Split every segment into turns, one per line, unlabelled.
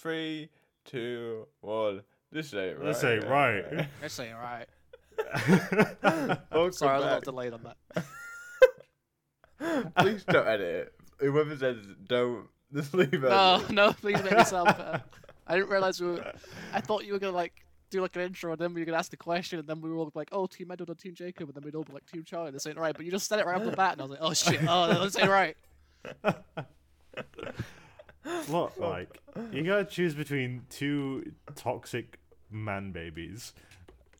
Three, two, one. This ain't right.
This ain't right.
That's all right.
Welcome
Sorry, I
back.
was a little delayed on that.
Please don't edit it. Whoever says don't, just leave it.
No, Oh, no, please make yourself. Uh, I didn't realize we were. I thought you were gonna like do like an intro, and then we were gonna ask the question, and then we were all like, "Oh, Team Edward or Team Jacob," and then we'd all be like, "Team Charlie." This ain't right. But you just said it right off the bat, and I was like, "Oh shit! Oh, no, this ain't right."
Look, like you gotta choose between two toxic man babies,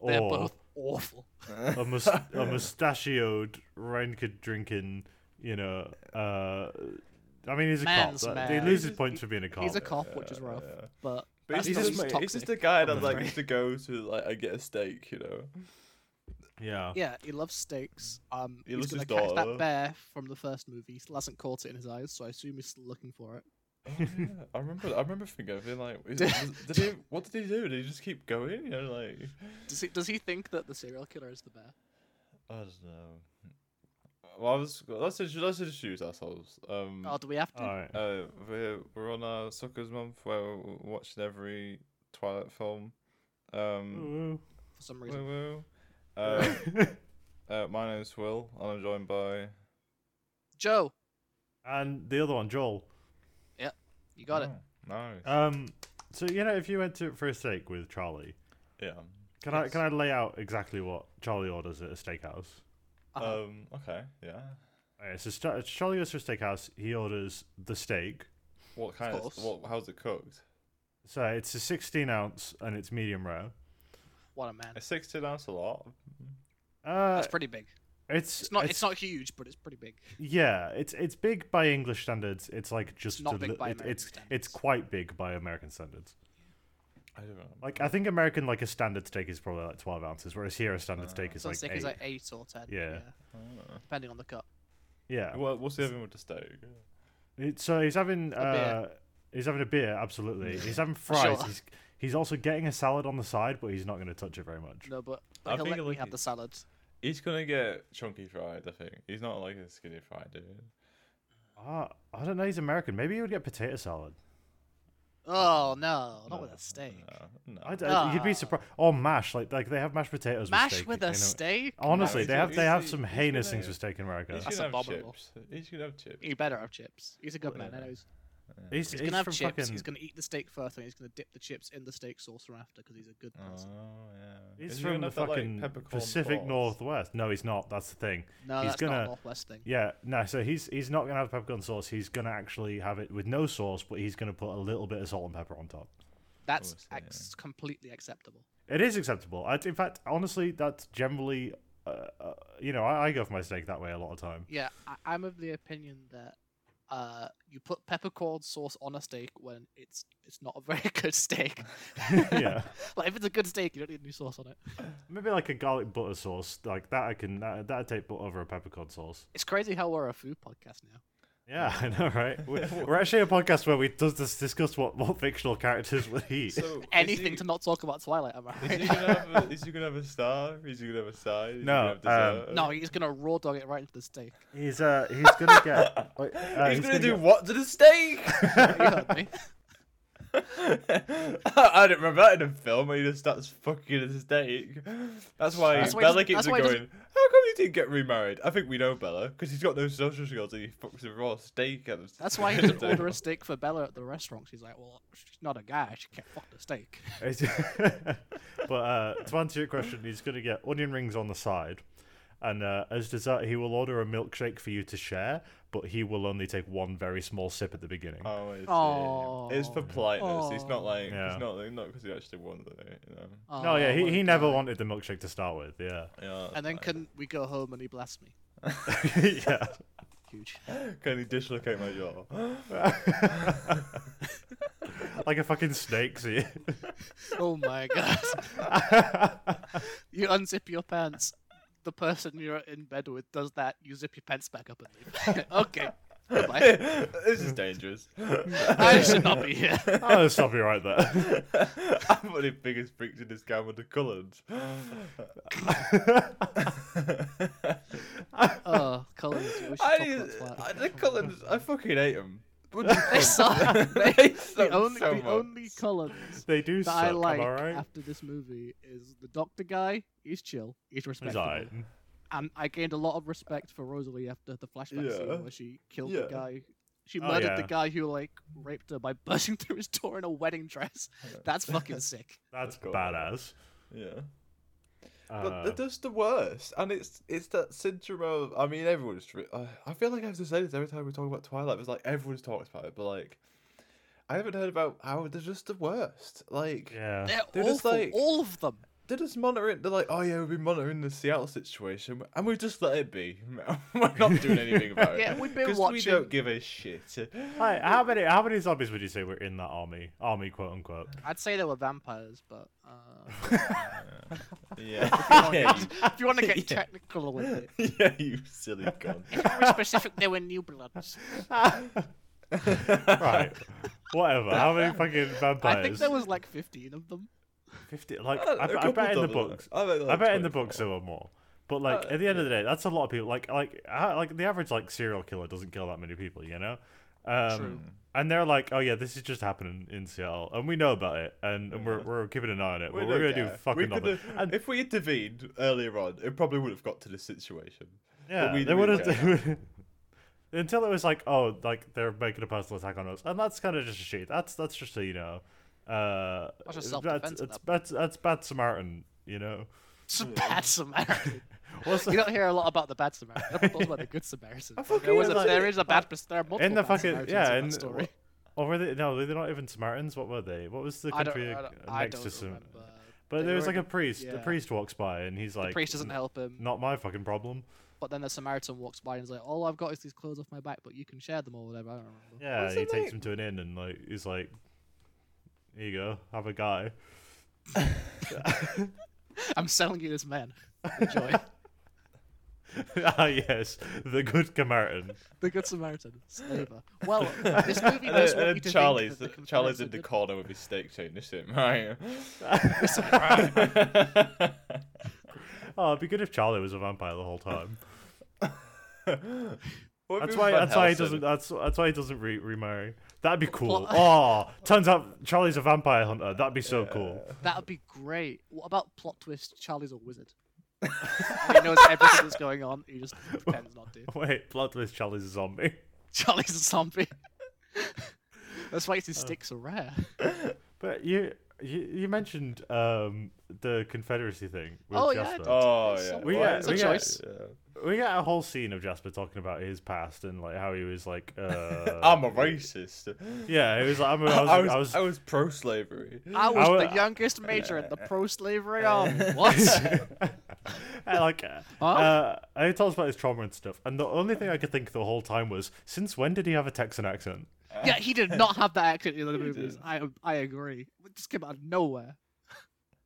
They're
or
both awful.
a, mus- a mustachioed ranker drinking. You know, uh, I mean, he's a
Man's
cop. but He
man.
loses
He's-
points for being a cop.
He's a cop, which is rough, but.
But
that's
he's
not
just,
least
mate, he's
toxic.
just a guy that like
afraid.
used to go to like I get a steak, you know.
yeah.
Yeah, he loves steaks. Um,
He
he's
loves
gonna
his
catch
daughter.
that bear from the first movie. He still hasn't caught it in his eyes, so I assume he's still looking for it.
Oh, Yeah, I remember. I remember thinking, being like, is, was- did he? What did he do? Did he just keep going? You know, like
Does he? Does he think that the serial killer is the bear?
I don't know. Well, I was. Let's intro- let's introduce ourselves. Um,
Oh, do we have to?
All right.
uh, we're we're on our suckers month where we're watching every Twilight film.
mm. Hmm.
Um,
Mm-hmm.
for some
woo
reason,
woo. Uh, uh, my name's Will, and I'm joined by.
Joe,
and the other one, Joel.
you got it.
Oh, Nice.
Um, so you know, if you went to for a steak with Charlie,
yeah.
can I can I lay out exactly what Charlie orders at a steakhouse?
Uh-huh.
Um. Okay. Yeah.
Alright, so Sta- Charlie goes to a steakhouse. He orders the steak.
What kind of?
course.
What? How's it cooked?
So it's a 16 ounce and it's medium rare.
what a man.
A sixteen ounce a lot.
Uh,
That's pretty big.
it's
It's not. It's, not huge, but it's pretty big.
Yeah, it's it's big by English standards. It's like just
not
a
big
li-
by
it-
American
it's it's
standards.
quite big by American standards.
I don't know.
Like I think American like a standard steak is probably like 12 ounces, whereas here a standard steak is
so
like
it's like
eight.
it's like eight or ten.
Yeah.
Ah.
Depending on the cut.
yeah.
Well, what's the other one with the steak?
It- so he's having
beer.
uh, he's having a beer. Absolutely, he's having fries.
Sure.
He's he's also getting a salad on the side, but he's not going to touch it very much.
No, but
I
like, he'll
think
let
I
me
like
have
it.
the salad.
He's gonna get chunky fried. I think he's not like a skinny fried dude.
Ah, I don't know. He's American. Maybe he would get potato salad.
Oh no, not with
No,
a steak.
No, no.
I, d- I- you'd be
Ah.
surprised. Or mash. Like like they have mashed potatoes.
Mash
steak,
with
you
a
know.
steak.
Honestly,
he's
they
a-
have they
he's
have
a-
some
he's
heinous
gonna-
things with steak in America.
He's
That's
gonna have
abominable.
chips. He's gonna have chips.
He better have chips. He's a good man.
Yeah.
I know he's
He's,
He's
he's
gonna have
from
chips.
Fucking,
He's gonna eat the steak first, and he's gonna dip the chips in the steak sauce from after because he's a good
Oh
person.
yeah.
he's
Is he
from
gonna
the
have that, like,
fucking
peppercorn
Pacific
sauce?
Northwest. No, he's not. That's the thing.
no,
he's
that's not
gonna-
a Northwest thing.
Yeah, no. So he's he's not gonna have peppercorn sauce. He's gonna actually have it with no sauce, but he's gonna put a little bit of salt and pepper on top.
That's
course, yeah.
ex- completely acceptable.
It is acceptable. I, in fact, honestly, that's generally, uh, uh, you know, I, I go for my steak that way a lot of time.
Yeah, I- I'm of the opinion that uh, you put peppercorn sauce on a steak when it's it's not a very good steak.
yeah,
like if it's a good steak, you don't need new sauce on it.
maybe like a garlic butter sauce, like that. I can that that take but over a peppercorn sauce.
It's crazy how we're a food podcast now.
Yeah, I know, right? We're, we're actually a podcast where we does dis- discuss what what fictional characters would eat.
So is
Anything
he-
to not talk about Twilight, am I
Is he
right?
gonna have? A, is he gonna have a star? Is he gonna have a side? Is he gonna
No,
have
um,
dessert?
no, he's gonna raw dog it right into the steak.
He's uh he's gonna get. like, uh,
He's, gonna, do
get-
what to the steak?
You heard me.
I don't remember that in a film when he just starts fucking a steak. That's why
That's
Bella
why he doesn't-
keeps
that's
on
why he
going,
doesn't-
how come you didn't get remarried? I think we know Bella, because he's got no social skills and he fucks a raw steak at the
That's why he doesn't order a steak for Bella at the restaurant. She's like, well, she's not a guy. She can't fuck the steak.
It's- but uh, to answer your question, he's going to get onion rings on the side, and uh, as dessert, he will order a milkshake for you to share. But he will only take one very small sip at the beginning.
Oh, I see.
Aw.
It's for politeness. It's not
Aw.
like,
Yeah.
it's not like, not because he actually wanted it, you know.
no, yeah,
what
he,
a
he never
guy.
wanted the milkshake to start with. Yeah,
Yeah,
Oh And then
that's
can we go home and he blessed me?
yeah.
Huge.
fine. can he dislocate my jaw?
like a fucking snake. See,
Oh my god. you unzip your pants. The person you're in bed with does that. You zip your pants back up and leave. okay. Goodbye.
this is dangerous.
I should not be here.
I'll stop you Oh, right there.
I'm one of the biggest freaks in this game with the Cullens.
Oh, Collins. We should
I,
talk about Twilight.
I, the Cullens, I fucking hate them.
wooden
They suck.
thing. they
The
suck
only,
so
the
much.
only Cullens
They do
that
suck.
I like
am I right?
after this movie is the doctor guy. He's chill. He's
He's
respectable.
alright.
And I gained a lot of respect for Rosalie after the flashback
Yeah.
scene where she killed
Yeah.
the guy. She
Oh,
murdered the
yeah.
guy who like raped her by bursting through his door in a wedding dress. That's fucking sick.
That's
Cool.
badass.
yeah.
Uh,
But they're just the worst, and it's it's that syndrome of I mean everyone's. tr- I, I feel like I have to say this every time we talk about Twilight. It's like everyone's talked about it, but like I haven't heard about how they're just the worst. Like
yeah.
They're,
They're
awful.
just like-
All of them.
they're just monitoring. They're like, oh yeah, we've been monitoring the Seattle situation, and we just let it be. We're not doing anything about it.
Yeah, we've been
'cause We
watching.
don't give a shit.
Hi, how many how many zombies would you say were in that army? Army quote unquote.
I'd say they were vampires, but uh,
Yeah. yeah,
if you want to get technical with it,
you, yeah, you silly god.
very specific, they were new bloods.
Right. Whatever. How many fucking vampires?
I think there was like 15 of them.
fifty like
Uh,
I,
a
bet- I
couple
bet in the
double
books.
that. I bet,
I
like
bet in the
24.
books there were more. But like
Uh,
at the end of the day, that's a lot of people. Like like I- like the average like serial killer doesn't kill that many people, you know. Um,
True.
And they're like, oh yeah, this is just happening in Seattle, and we know about it, and, and we're,
Yeah.
we're keeping an eye on it,
We
but we're
don't
gonna do
care.
fucking
We could
nothing.
have-
And
If we intervened earlier on, it probably would have got to this situation.
yeah,
we-
they
we
would
don't
have until it was like, oh, like they're making a personal attack on us, and that's kind of just a shit. That's that's just a, you know, uh,
That's just
that's
self-defense at
that's,
that
that's that's bad Samaritan, you know.
It's a bad Samaritan.
What's the-
You don't hear a lot about the bad Samaritan. Everyone talks about the good Samaritan.
fucking
There, was a,
hate that.
there is a bad. There are multiple
in the
bad
fucking
Samaritans
yeah,
in
in
that story.
or were they no? They're not even Samaritans. What were they? What was the
I don't,
country
I
uh,
don't, I
next
don't
to Sam?
remember.
But
They
there was
were
like a
in-
priest. The
yeah.
priest walks by and he's like,
the priest doesn't
"N-
help him,
Not my fucking problem.
but then the Samaritan walks by and is like, "All I've got is these clothes off my back, but you can share them or whatever." I don't remember.
Yeah,
What's
he
the
takes
name?
him to an inn and like he's like, "Here you go, have a guy."
I'm selling you this man. Enjoy
ah yes, the good Samaritan.
the good Samaritan slaver. Well, this movie knows
and
what
then
you to
Charlie's uh,
think that the
Charlie's
Confederates
in the
are good-
corner with his steak chain and shit, right?
Oh, it'd be good if Charlie was a vampire the whole time.
What if
That's
it was
why.
Van
That's why he
Helsing?
doesn't. That's that's why he doesn't re- remarry. That'd be cool.
Well-
Oh, turns out Charlie's a vampire hunter. That'd be so cool.
That would be great. What about plot twist? Charlie's a wizard. he knows everything that's going on. He just pretends not to.
Wait, plot twist: Charlie's a zombie.
Charlie's a zombie. that's why his sticks are rare.
But you you, you mentioned um, the Confederacy thing. With
Oh, yeah,
Jasper.
I
Oh
It's
yeah,
a-
We
why
get-
is
we
it-
get-
choice.
yeah.
We get a whole scene of Jasper talking about his past and like how he was like. Uh,
I'm a racist.
Yeah, he was like, I'm a,
Um, I was,
I was,
I was pro slavery.
I was
I wa-
the youngest major in the pro-slavery army. What?
I like. Uh, uh, he tells about his trauma and stuff, and the only thing I could think the whole time was, since when did he have a Texan accent?
yeah, he did not have that accent in the other movies.
didn't.
I I agree. It just came out of nowhere.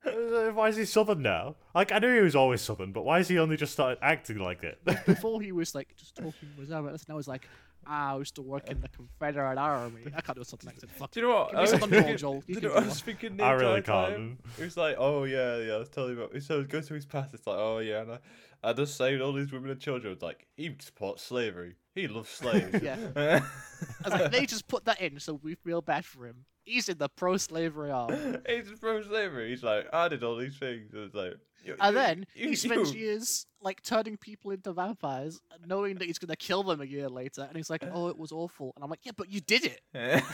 Uh, Why is he Southern now? Like I knew he was always Southern, but why has he only just started acting like it?
Before he was like just talking with Alex, now he's like, "Ah, I used to work in the Confederate Army. I can't do a Southern accent. Fuck.
Do you know what?
Give me
I was
something more,
thinking-
Joel. You
do you
can
know
do
what I
one.
was thinking the
I
entire
really can't.
time? It was like, oh yeah, yeah, I was telling you about. So it goes to his past. It's like, oh yeah, and I, I just saved all these women and children. It's like he supports slavery. He loves slaves.
Yeah. I was like, they just put that in, so we feel bad for him. He's in the pro-slavery army,
He's pro slavery. He's like, I did all these things. It's like, you-
and
you-
then
you-
he spends
you-
years like turning people into vampires, knowing that he's gonna kill them a year later. And he's like, "Oh, it was awful," and I'm like, "Yeah, but you did it.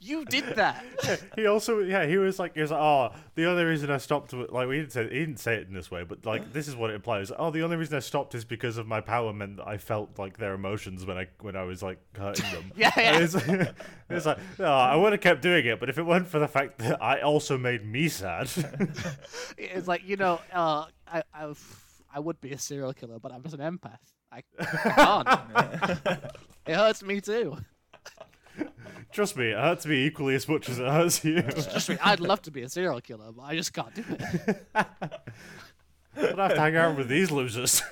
You did that."
he also yeah he was like he was like oh the only reason I stopped wa- like we didn't say he didn't say it in this way but like this is what it implies oh the only reason I stopped is because of my power meant that I felt like their emotions when I when I was like hurting them
Yeah,
And
yeah.
it's, it's like oh, I would have kept doing it but if it weren't for the fact that I also made me sad
It's like you know, uh, I, I, I would be a serial killer, but I'm just an empath. I, I can't. it hurts me too.
trust me it hurts me equally as much as it hurts you
Trust me, I'd love to be a serial killer, but I just can't do it.
but I have to hang out with these losers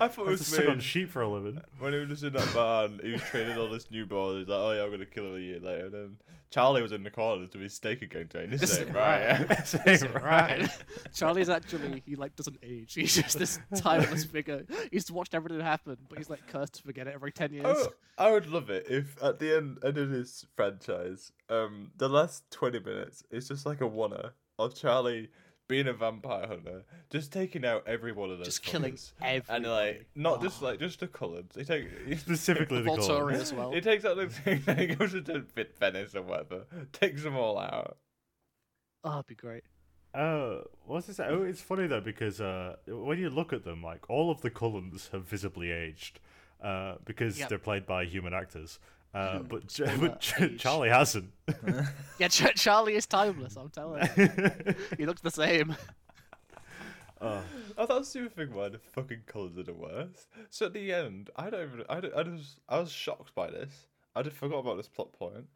I thought it
Used to
was
sit on
me.
sheep for a living.
When he was just in that barn, he was training all this new boy. He's like, oh yeah, I'm gonna kill him a year later. And then Charlie was in the corner doing his steak again train. This
This
ain't
ain't
right.
Same, right.
Charlie's actually he like doesn't age. He's just this timeless figure. He's watched everything happen, but he's like cursed to forget it every ten years.
Oh, I would love it if at the end, end of this franchise, um, the last twenty minutes is just like a oneer of Charlie being a vampire hunter, just taking out every one of those,
just killing
fuckers.
everything.
and like not just like just the colours. He take
Specifically the
Volturi
gold.
as well.
he takes out the thing, then he goes into Fit Venice or whatever, takes them all out.
Oh, that'd be great.
Uh, what's this? Oh, it's funny though because uh, when you look at them, like all of the Cullens have visibly aged, uh, because
Yep.
they're played by human actors. Uh, but Ch-
Spoiler,
but Ch-
age.
Charlie hasn't.
Yeah, Ch- Charlie is timeless. I'm telling you, he looks the same. Oh.
I thought super thing why the fucking colours are the worst. So at the end, I don't even. I, don't, I just. I was shocked by this. I just forgot about this plot point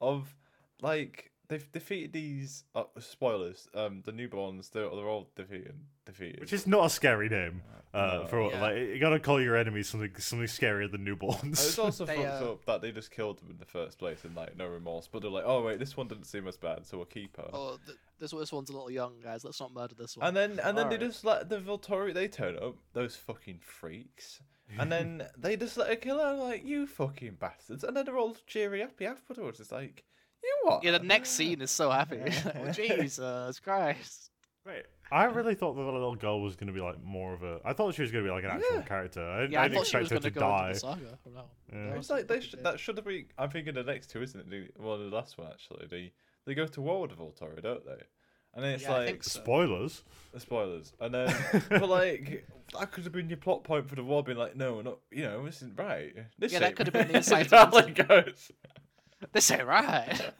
of like they've defeated these uh, spoilers. Um, the newborns. They're, they're all defeated. Defeated.
Which is not a scary name. Uh,
No.
for what
Yeah. Oh,
like you gotta call your enemies something something scarier than
And it's
newborns.
also
They,
fucked
uh,
up that they just killed them in the first place and like no remorse. But they're like, oh wait, this one didn't seem as bad, so we'll keep her.
Oh, th- this this one's a little young, guys. Let's not murder this one.
And then and then they
Alright.
just let the Volturi they turn up, those fucking freaks. And then they just let her kill her like you fucking bastards. And then they're all cheery happy afterwards. It's like, you what?
Yeah, the next scene is so happy. oh, Jesus Christ.
Right. I really thought the little girl was gonna be like more of a. I thought she was gonna be like an actual
Yeah.
character. I,
Yeah, I,
didn't
thought she was
expect her to
going to go into
die.
the saga. from now on.
Yeah.
That
It's
was
like
what
they
they
should
did.
that should have been I'm thinking the next two, isn't it? The- Well the last one actually. They they go to war with the Volturi, don't they? And then it's
Yeah, I
like
think so.
Spoilers.
spoilers. And then but like that could have been your plot point for the war being like, no, we're not you know, this isn't right. This
Yeah, that
ain't
could have been the
right."
inciting
Charlie goes.
This ain't right.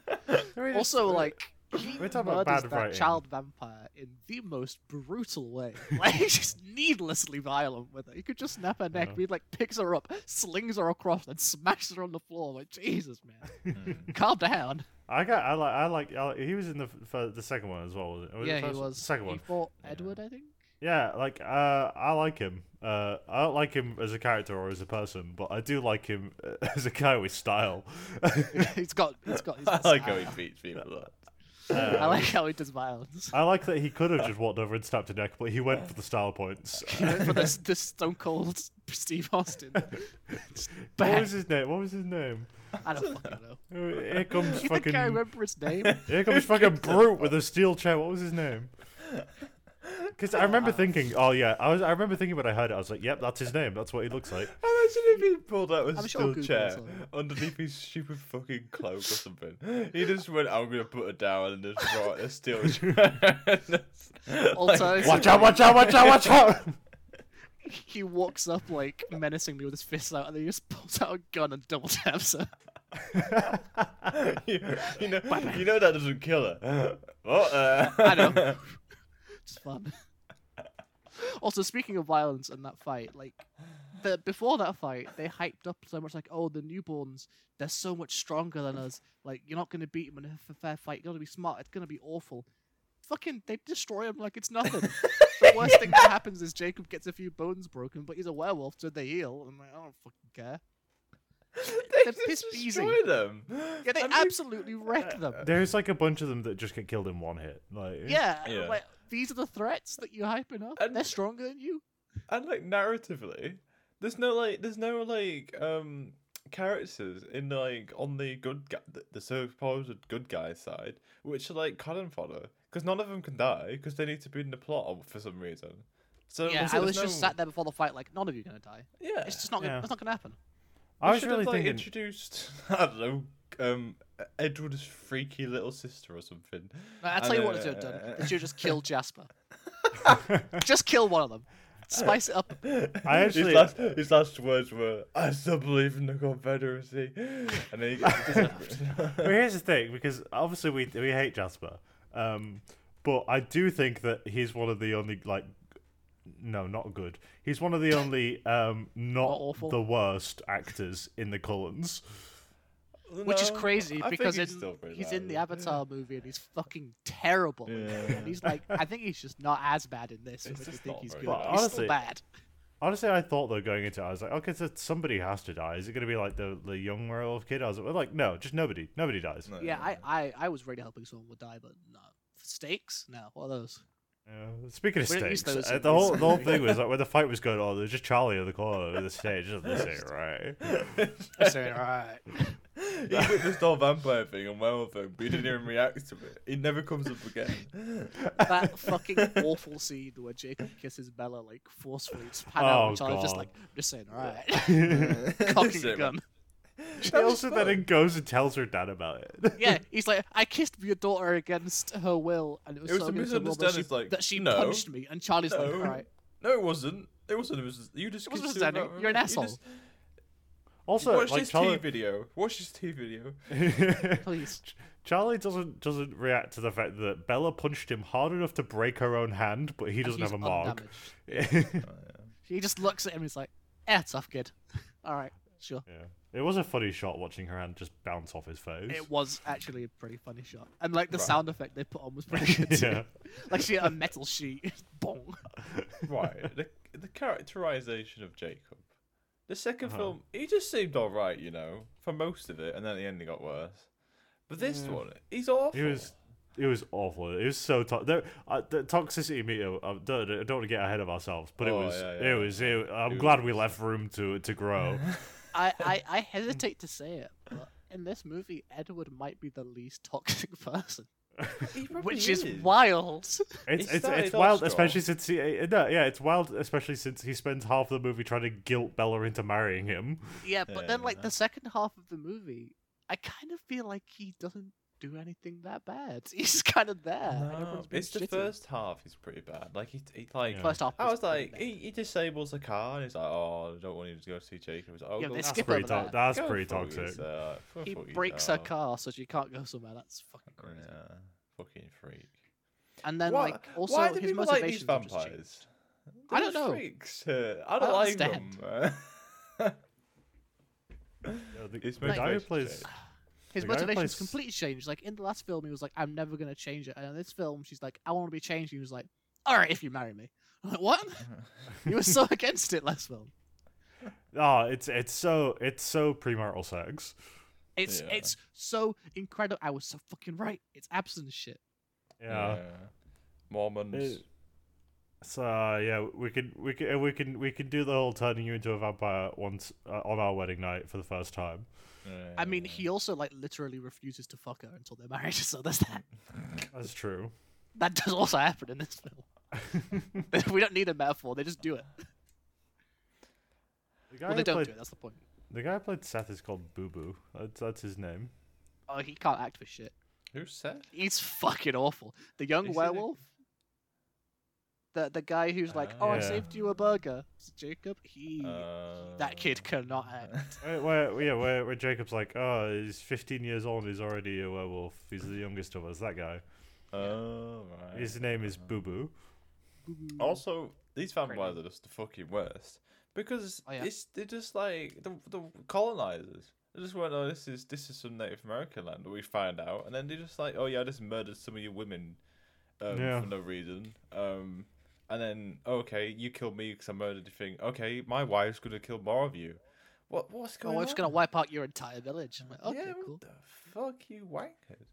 also, like, he
we're
murders
talking about bad
that
writing.
child vampire in the most brutal way. Like, he's just needlessly violent with it. He could just snap her neck,
Yeah.
but he, like, picks her up, slings her across, and smashes her on the floor. Like, Jesus, man. Calm down.
I got. I like. I like. I like he was in the f- the second one as well. Was it? Was it
yeah,
the
he
first one?
was.
second
he
one.
fought Edward, I think.
Yeah, like uh, I like him. Uh, I don't like him as a character or as a person, but I do like him uh, as a guy with style.
he's got. He's got. He's
I
got
like how he
style.
beats people up.
I like how he does violence.
Uh, I like that he could have just walked over and snapped a neck, but he went for the style points.
He went for this, this Stone Cold Steve Austin.
what
Just bang.
was his name? What was his name?
I don't fucking know.
Uh, Here comes
You think I
fucking.
remember his name?
Here comes fucking brute with a steel chair. What was his name? Because I remember thinking, oh yeah, I was. I remember thinking when I heard it, I was like, yep, that's his name. That's what he looks like.
Imagine if he pulled out a
I'm sure
steel
Google
chair
something.
underneath his stupid fucking cloak or something. He just went, I'm gonna put it down and just brought a steel chair.
Also,
Watch out! Watch out! Watch out! Watch out!
he walks up like menacingly with his fists out, and then he just pulls out a gun and double taps her.
you, you know, you know that doesn't kill her. Oh, uh,
I know. It's fun. Also, speaking of violence and that fight, like the before that fight, they hyped up so much, like, "Oh, the newborns, they're so much stronger than us. Like, you're not gonna beat them in a f- fair fight. You're gonna be smart. It's gonna be awful." Fucking, they destroy him like it's nothing. the worst thing that happens is Jacob gets a few bones broken, but he's a werewolf, so they heal. And I'm like, I don't fucking care.
They
They're piss
just
beasing.
destroy them.
Yeah, they
And he-
absolutely wreck them.
There's like a bunch of them that just get killed in one hit. Like
Yeah,
Yeah.
like these are the threats that you're hyping up.
And-
They're stronger than you.
and like narratively, there's no like, there's no like, um, characters in like on the good, gu- the, the supposed good guy side, which are like cannon fodder because none of them can die because they need to be in the plot for some reason. So
Yeah,
there's
I was
no-
just sat there before the fight, like none of you are gonna die.
Yeah,
It's just not. Gonna,
Yeah.
It's not gonna happen.
I
They
was
should have,
really
like,
thinking.
introduced. I don't know. Um, Edward's freaky little sister or something.
I- I'll tell you what they should have done. They should have just killed Jasper. just kill one of them. Spice it up.
I
his
actually-
last, his last words were, "I still believe in the Confederacy," and then he gets
Well, here's the thing, because obviously we we hate Jasper, um, but I do think that he's one of the only like, no, not good. He's one of the only um,
Not
not,
awful.
the worst actors in the Cullens.
Which is
No,
crazy
I think
because
he's
in-
still pretty
he's
bad,
in the
yeah.
Avatar movie and he's fucking terrible.
Yeah.
And he's like, I think he's just not as bad in this.
It's
Which I
just
think
not
he's
very
good.
bad.
He's still
Honestly-
bad.
Honestly, I thought though going into it, I was like, okay, so somebody has to die. Is it going to be like the the young werewolf kid? I was like, like, no, just nobody, nobody dies.
No,
Yeah,
no,
I,
no.
I, I was ready hoping someone would die, but no. Stakes? No. What are those?
Uh, speaking of
We didn't use
stakes,
those
uh,
at
the whole
least.
the whole thing was like when the fight was going on, there was just Charlie in the corner of the stage. Just this ain't right.
I said, alright.
he witnessed the whole vampire thing and werewolf thing, but he didn't even react to it. It never comes up again.
That fucking awful scene where Jacob kisses Bella like forcefully it's pan
Oh,
out, which I was just
God.
like, just saying, alright.
Cocking
Cocking a gun.
He also then it goes and tells her dad about it.
Yeah, he's like, I kissed your daughter against her will, and it was,
It was
so
a
miserable that she,
misunderstanding, it's like,
that she
no,
punched me. And Charlie's like,
no.
alright.
No, it wasn't. It wasn't. It was you just.
It wasn't
considered
understanding.
that-
You're an
you
asshole.
just-
Also,
Watch
like
this
Charlie,
tea video. Watch this tea video.
Please.
Charlie doesn't doesn't react to the fact that Bella punched him hard enough to break her own hand, but he
And
doesn't
he's
have a mark.
undamaged.
yeah.
He just looks at him and he's like, eh, tough kid. alright, sure.
It was a funny shot watching her hand just bounce off his face.
It was actually a pretty funny shot. And like the
Right.
sound effect they put on was pretty good too.
yeah.
Like she had a metal sheet. Bong.
Right. the the characterization of Jacob. The 2nd
Uh-huh.
film, he just seemed all right, you know, for most of it, and then at the end it got worse. But this
Yeah.
one, he's awful.
It was it was awful. It was so to- the, uh, the toxicity meter. I don't, I don't want to get ahead of ourselves, but it
Oh,
was
yeah, yeah,
it was. It, I'm
It
glad
was-
we left room to to grow.
I, I, I hesitate to say it, but in this movie, Edward might be the least toxic person,
He probably
which is wild.
It's
It
it's,
started
it's
off
wild,
strong.
especially since he uh, no, yeah, it's wild, especially since he spends half the movie trying to guilt Bella into marrying him.
Yeah, but then like
Yeah.
the second half of the movie, I kind of feel like he doesn't do anything that bad. He's kind of there. and
No,
everyone's being
it's the
shitty.
first half is pretty bad. Like he, he like
Yeah.
First half.
I was
pretty
like,
bad.
he, he disables the car, and he's like, "Oh, I don't want you to go see Jacob." He's like, "Oh, go,
Yeah, they
go
That's
skip
pretty
over
to-
that.
that's pretty
fuck
toxic.
yourself, go
he
fuck
breaks her
yourself."
car so she can't go somewhere. That's fucking crazy.
Yeah, fucking freak.
And then
Why-
like also
Why do
his
people like these
motivations are just changed.
vampires?
I
They're
don't
just
know.
Freaks. uh, I don't
don't
like
understand.
them.
Yeah, the,
It's
the
made
guy who
based
plays
on
His
The guy who
motivation's
plays-
completely changed. Like in the last film, he was like, "I'm never gonna change it," and in this film, she's like, "I want to be changed." He was like, "All right, if you marry me." I'm like, "What?" He was so against it last film.
oh, it's it's so it's so premarital sex.
It's
Yeah.
it's so incredible. I was so fucking right. It's absent shit.
Yeah.
Mormons.
It- So uh, yeah, we can we can uh, we can we can do the whole turning you into a vampire once uh, on our wedding night for the first time.
I mean, he also like literally refuses to fuck her until they're married. So there's that.
That's true.
That does also happen in this film. we don't need a metaphor. They just do it.
The guy
Well,
who
they don't
played
do it. That's the point.
the guy who played Seth is called Boo Boo. That's that's his name.
Oh, he can't act for shit.
Who said?
He's fucking awful. The young
Is he the-
werewolf. The the guy who's like, oh, I
Yeah.
saved you a burger, It's Jacob. He
Uh,
that kid cannot act.
Where, where, yeah, where, where Jacob's like, oh, he's 15 years old, he's already a werewolf. He's the youngest of us, that guy.
Oh, right.
His name is Boo Boo.
Oh, Also, these vampires are just the fucking worst because
Oh, yeah.
it's they're just like the the colonizers. They just went, oh, this is this is some Native American land. We find out, and then they're just like, oh yeah, I just murdered some of your women um,
Yeah.
for no reason. Um, and then okay, you killed me because I murdered your thing. Okay, my wife's gonna kill more of you. What what's
My
going
wife's
on?
gonna wipe out your entire village. I'm like, okay,
yeah,
cool.
what the fuck, you wankers.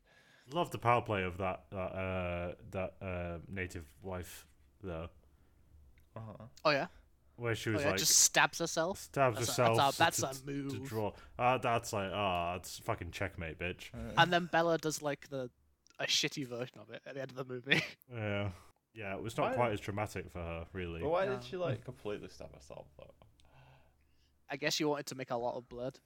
Love the power play of that that uh, that uh, native wife though,
Uh-huh.
Oh yeah,
where she
oh
was
yeah,
like
just stabs herself.
stabs
That's a-
herself.
that's a- that's
to,
a
to- To
move.
draw. Uh, that's like ah, that's fucking checkmate, bitch.
and then Bella does like the a shitty version of it at the end of the movie.
Yeah, yeah. It was not
Why-
quite as dramatic for her, really.
But why
Yeah.
did she like completely stab herself though?
I guess she wanted to make a lot of blood.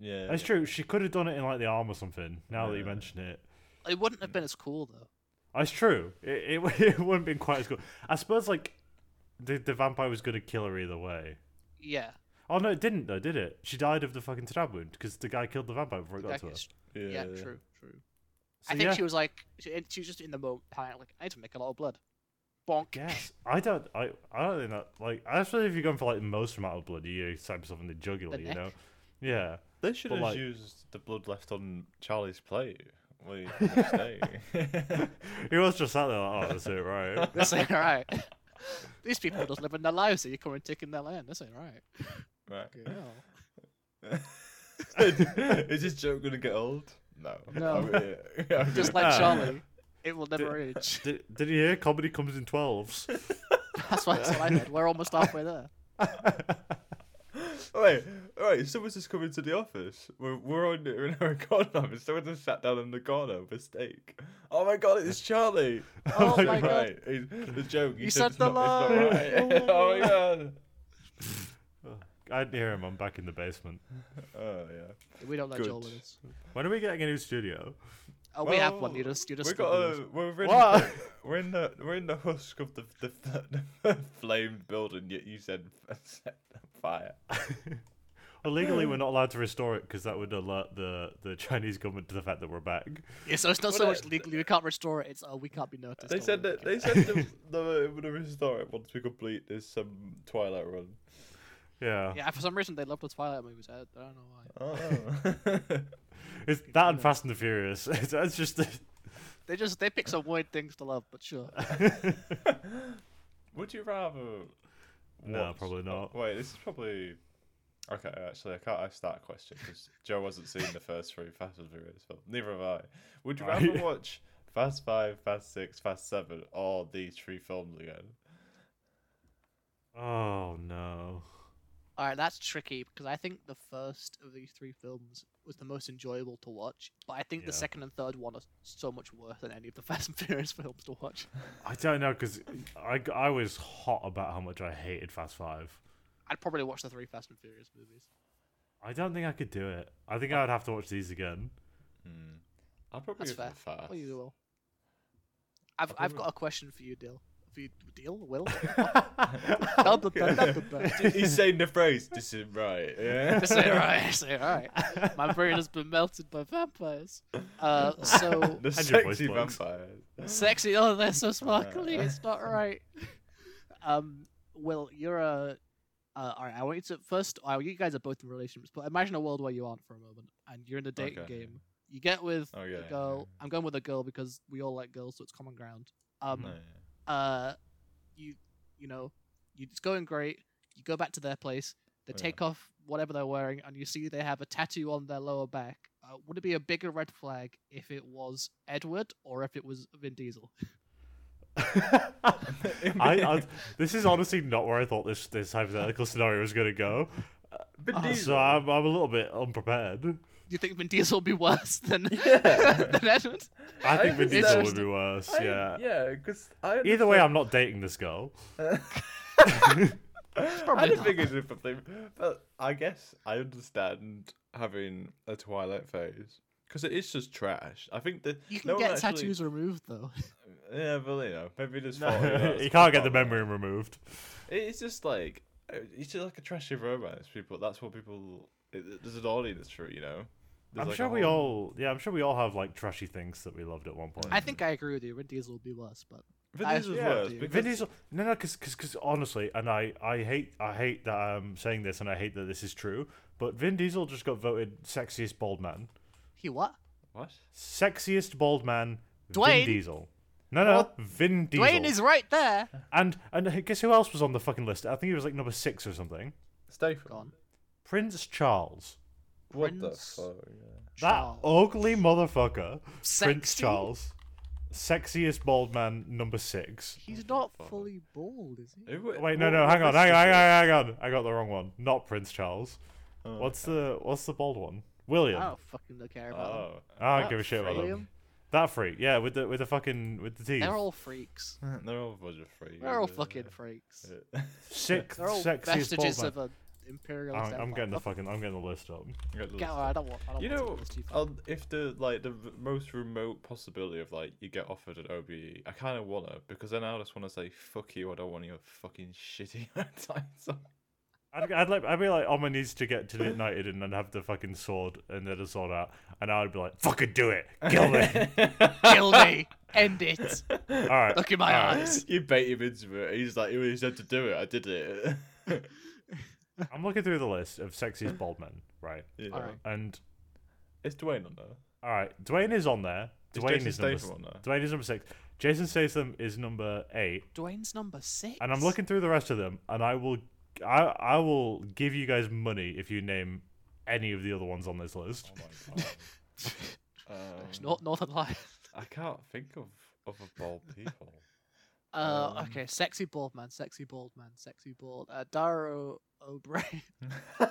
Yeah,
That's true. She could have done it in like the arm or something. Now that you
Yeah.
mention it,
It wouldn't have been as cool though.
That's true. It, it, it wouldn't have been quite as good. I suppose, like, the, the vampire was going to kill her either way.
Yeah.
Oh, no, it didn't, though, did it? She died of the fucking stab wound because the guy killed the vampire before it
I
got to her.
guess-
So,
yeah, true, true. I think
yeah,
she was like, she, she was just in the moment, panic, like, I need to make a lot of blood. Bonk.
Yes. I don't, I, I don't think that, like, especially if you're going for, like, the most amount of blood, you stab yourself in the jugular,
The
you
neck.
know? Yeah.
They should
But,
have
like-
used the blood left on Charlie's plate. when he- when he stayed.
He was just sat there like, oh, that's it, right?
That's like, all right. These people are just living their lives here. You're coming taking their land. This ain't right.
Right.
Fucking hell.
Is this joke gonna get old? No.
No.
I'm gonna- yeah, I'm
Just
gonna-
like
Ah.
Charlie, it will never age.
Did, did you hear? Comedy comes in twelves.
That's what that's what I heard. We're almost halfway there.
Wait, wait, someone's just come into the office. We're, we're on we're in our economy. Someone just sat down in the corner with steak. Oh my god, it's Charlie!
Oh
Like,
my god.
right, it's- the joke.
You
said
said
it's
the
not-
line.
it's not right. oh my god.
I didn't hear him. I'm back in the basement.
Oh yeah.
We don't let
Good.
Joel with us.
When are we getting a new studio?
Oh, we have one.
Well,
You just you just.
We
stuck
got
with us.
a, we're in
What?
The, we're in the we're in the husk of the the, the flamed building. Yet you said set fire.
Well, legally, we're not allowed to restore it because that would alert the, the Chinese government to the fact that we're back.
Yeah, so it's not so
Well,
much
uh,
legally we can't restore it. It's oh we can't be noticed.
They
oh,
said
we're
that
okay.
they said the the the restore it once we complete this um, Twilight run.
Yeah.
Yeah, for some reason they love the Twilight movies. I I don't know why.
Oh.
It's that and Fast and the Furious. It's, it's just.
They just they pick some weird things to love, but sure.
Would you rather?
No,
watch-
probably not.
Wait, this is probably. Okay, actually, I can't ask that question because Joe hasn't seen the first three Fast and Furious films. Neither have I. Would you rather
Right.
watch Fast Five, Fast Six, Fast Seven, or these three films again?
Oh no.
All right, that's tricky because I think the first of these three films was the most enjoyable to watch, but I think
Yeah.
the second and third one are so much worse than any of the Fast and Furious films to watch.
I don't know because I, I was hot about how much I hated Fast Five.
I'd probably watch the three Fast and Furious movies.
I don't think I could do it. I think I would have to watch these again. Hmm.
I'll probably
That's
go
fair.
for Fast.
Well, you will. I've
think
I've
we-
got a question for you, Dill. For you, Dill, Will. Dub, dub, dub, dub, dub, dub.
He's saying the phrase. This is right. Yeah.
Say it right, say it right. My brain has been melted by vampires. Uh, so
The
And your voice
sexy
box.
vampire.
sexy. Oh, they're so sparkly. It's not right. Um, Will, you're a. Uh, all right, I want you to first. Oh, you guys are both in relationships, but imagine a world where you aren't for a moment, and you're in the dating
Okay.
game. You get with
Oh,
a
yeah,
girl. I'm going with a girl because we all like girls, so it's common ground. Um,
No.
uh, you you know, you, it's going great. You go back to their place. They
Oh, Yeah.
take off whatever they're wearing, and you see they have a tattoo on their lower back. Uh, would it be a bigger red flag if it was Edward or if it was Vin Diesel?
I, uh, I, this is honestly not where I thought this this hypothetical scenario was gonna go.
Vin
So I'm, I'm a little bit unprepared.
Do you think Vin Diesel would be worse than,
Yeah.
than Edward?
I think Vin Diesel would be
Interesting.
worse.
I-
yeah.
Yeah, because I.
Either way, I'm not dating this girl.
I
probably
don't
not.
think it's a problem. But I guess I understand having a Twilight phase because it is just trash. I think that
You can
no one
get
actually-
tattoos removed though.
Yeah, but you know, maybe just
No,
forty, that's
you can't get the
fine.
memory removed.
It's just like it's just like a trashy romance. People, that's what people. It, there's an audience for it, you know. There's
I'm
like a
sure we
whole-
all, yeah, I'm sure we all have like trashy things that we loved at one point.
I think I agree with you. Vin Diesel would be worse, but
Vin
I-
Diesel's
yeah,
worse.
dude.
because-
Vin Diesel, no, no, because because honestly, and I I hate I hate that I'm saying this, and I hate that this is true. But Vin Diesel just got voted sexiest bald man,
he what?
What?
sexiest bald man.
Dwayne?
Vin Diesel. No, no,
Well,
Vin Diesel.
Dwayne is right there.
and and guess who else was on the fucking list? I think he was like number six or something.
Statham.
Gone.
Prince Charles.
What the
Prince-
fuck? yeah.
Charles.
That ugly motherfucker. Prince
Sexy?
Charles. Sexiest bald man number six.
He's not fully bald, is he?
Who wa-
Wait,
what
no, no,
was
hang on,
this
hang on, hang
before?
on, hang on. I got the wrong one. Not Prince Charles. what's the what's the bald one? William.
I
I
don't fucking care about him.
Oh,
don't
that
give a shit about
freak.
them.
Oh, William?
That freak, yeah, with the with the fucking with the teeth.
They're all freaks.
They're all a bunch of freaks.
They're all fucking freaks.
Yeah.
Sixth
They're all
sexiest
vestiges
bald
of
man.
an imperialist
I'm, I'm
empire.
getting the
Fuck
fucking I'm getting the list up.
Got the
it,
list.
I don't want. I don't
you
want to
know,
do this to you.
um, if the like the v- most remote possibility of like you get offered an OBE, I kind of wanna because then I just wanna say fuck you. I don't want your fucking shitty title.
I'd, I'd like I'd be like on my knees to get to knighted and then have the fucking sword and then a sword out and I'd be like fucking do it, kill me.
Kill me. End it.
all right,
Look in my
all right.
eyes.
you bait him into it. He's like, he said to do it. I did it.
I'm looking through the list of sexiest bald men, right?
You know,
Alright.
And
It's Dwayne on there.
all right, Dwayne is on there. Dwayne
Jason
is number.
Statham on there?
Dwayne is number six. Jason Statham is number eight.
Dwayne's number six.
And I'm looking through the rest of them, and I will, I I will give you guys money if you name any of the other ones on this list.
Oh my god.
It's
Um,
Not Northern Lion.
I can't think of other bald people.
Uh,
Um,
okay, sexy bald man, sexy bald man, sexy bald. Uh, Darrow O'Brien.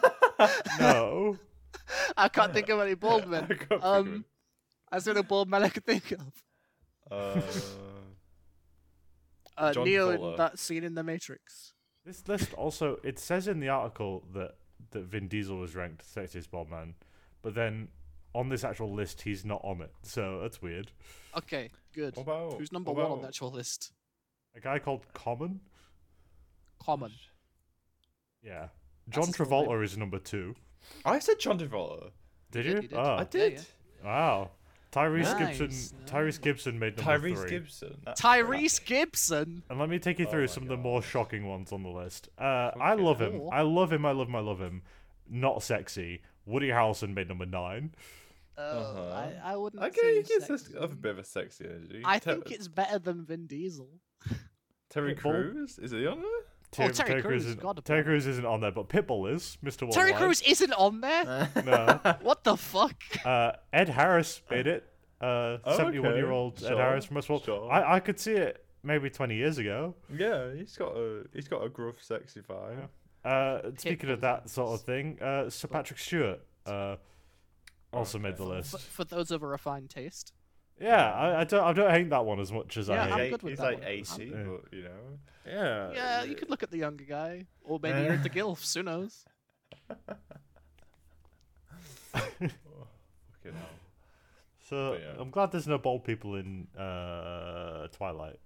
No.
I can't think of any bald
I
men.
can't think of
Um, That's the only bald man I could think of.
it. Uh,
Uh,
John
Neo
Travolta.
in that scene in The Matrix.
this list also it says in the article that that Vin Diesel was ranked sexiest bald man, but then on this actual list he's not on it, so that's weird.
Okay, good.
what about
Who's number
what
one on the
about-
actual list?
A guy called Common.
Common.
Yeah.
That's
John
his full name.
Travolta is number two.
I said John Travolta.
Did
did,
you?
you did.
Oh,
I
Yeah, yeah.
did.
wow. Tyrese
Nice,
Gibson.
nice.
Tyrese Gibson made number
Tyrese
three.
Gibson. That's right.
Tyrese Gibson.
And let me take you
Oh
through
my
some of the more
gosh.
shocking ones on the list. Uh, I love him.
Cool.
I love him. I love him. I love him. Not sexy. Woody Harrelson made number nine.
Uh,
Uh-huh.
I, I wouldn't.
Okay, he
say
gives this
sexy.
a bit of a sexy energy.
I
Ter-
think it's better than Vin Diesel.
Terry
Pitbull.
Crews. Is he on
Oh, Terry Crews,
isn't,
God,
Terry
Pitbull.
Crews isn't on there, but Pitbull is. Mr.
Terry
Worldwide.
Crews isn't on there.
there?
No.
What the fuck?
Uh, Ed Harris made it. Uh,
Oh,
71 year old
okay.
Ed
Sure,
Harris from Westworld.
sure.
I, I could see it maybe 20 years ago.
yeah, he's got a he's got a gruff, sexy vibe.
Uh, speaking of
Pitbull.
that sort of thing, uh, Sir Patrick Stewart uh, also made the
Okay.
list.
For, for those of a refined taste.
Yeah, I, I don't I don't hate that one as much as
Yeah,
I
I'm
hate.
good with
he's
that
like
one.
eighty,
I'm-
but you know. Yeah.
Yeah, you could look at the younger guy, or
Uh,
maybe you're into gilfs. Who knows?
Fucking hell.
So
But yeah.
I'm glad there's no bald people in uh, Twilight.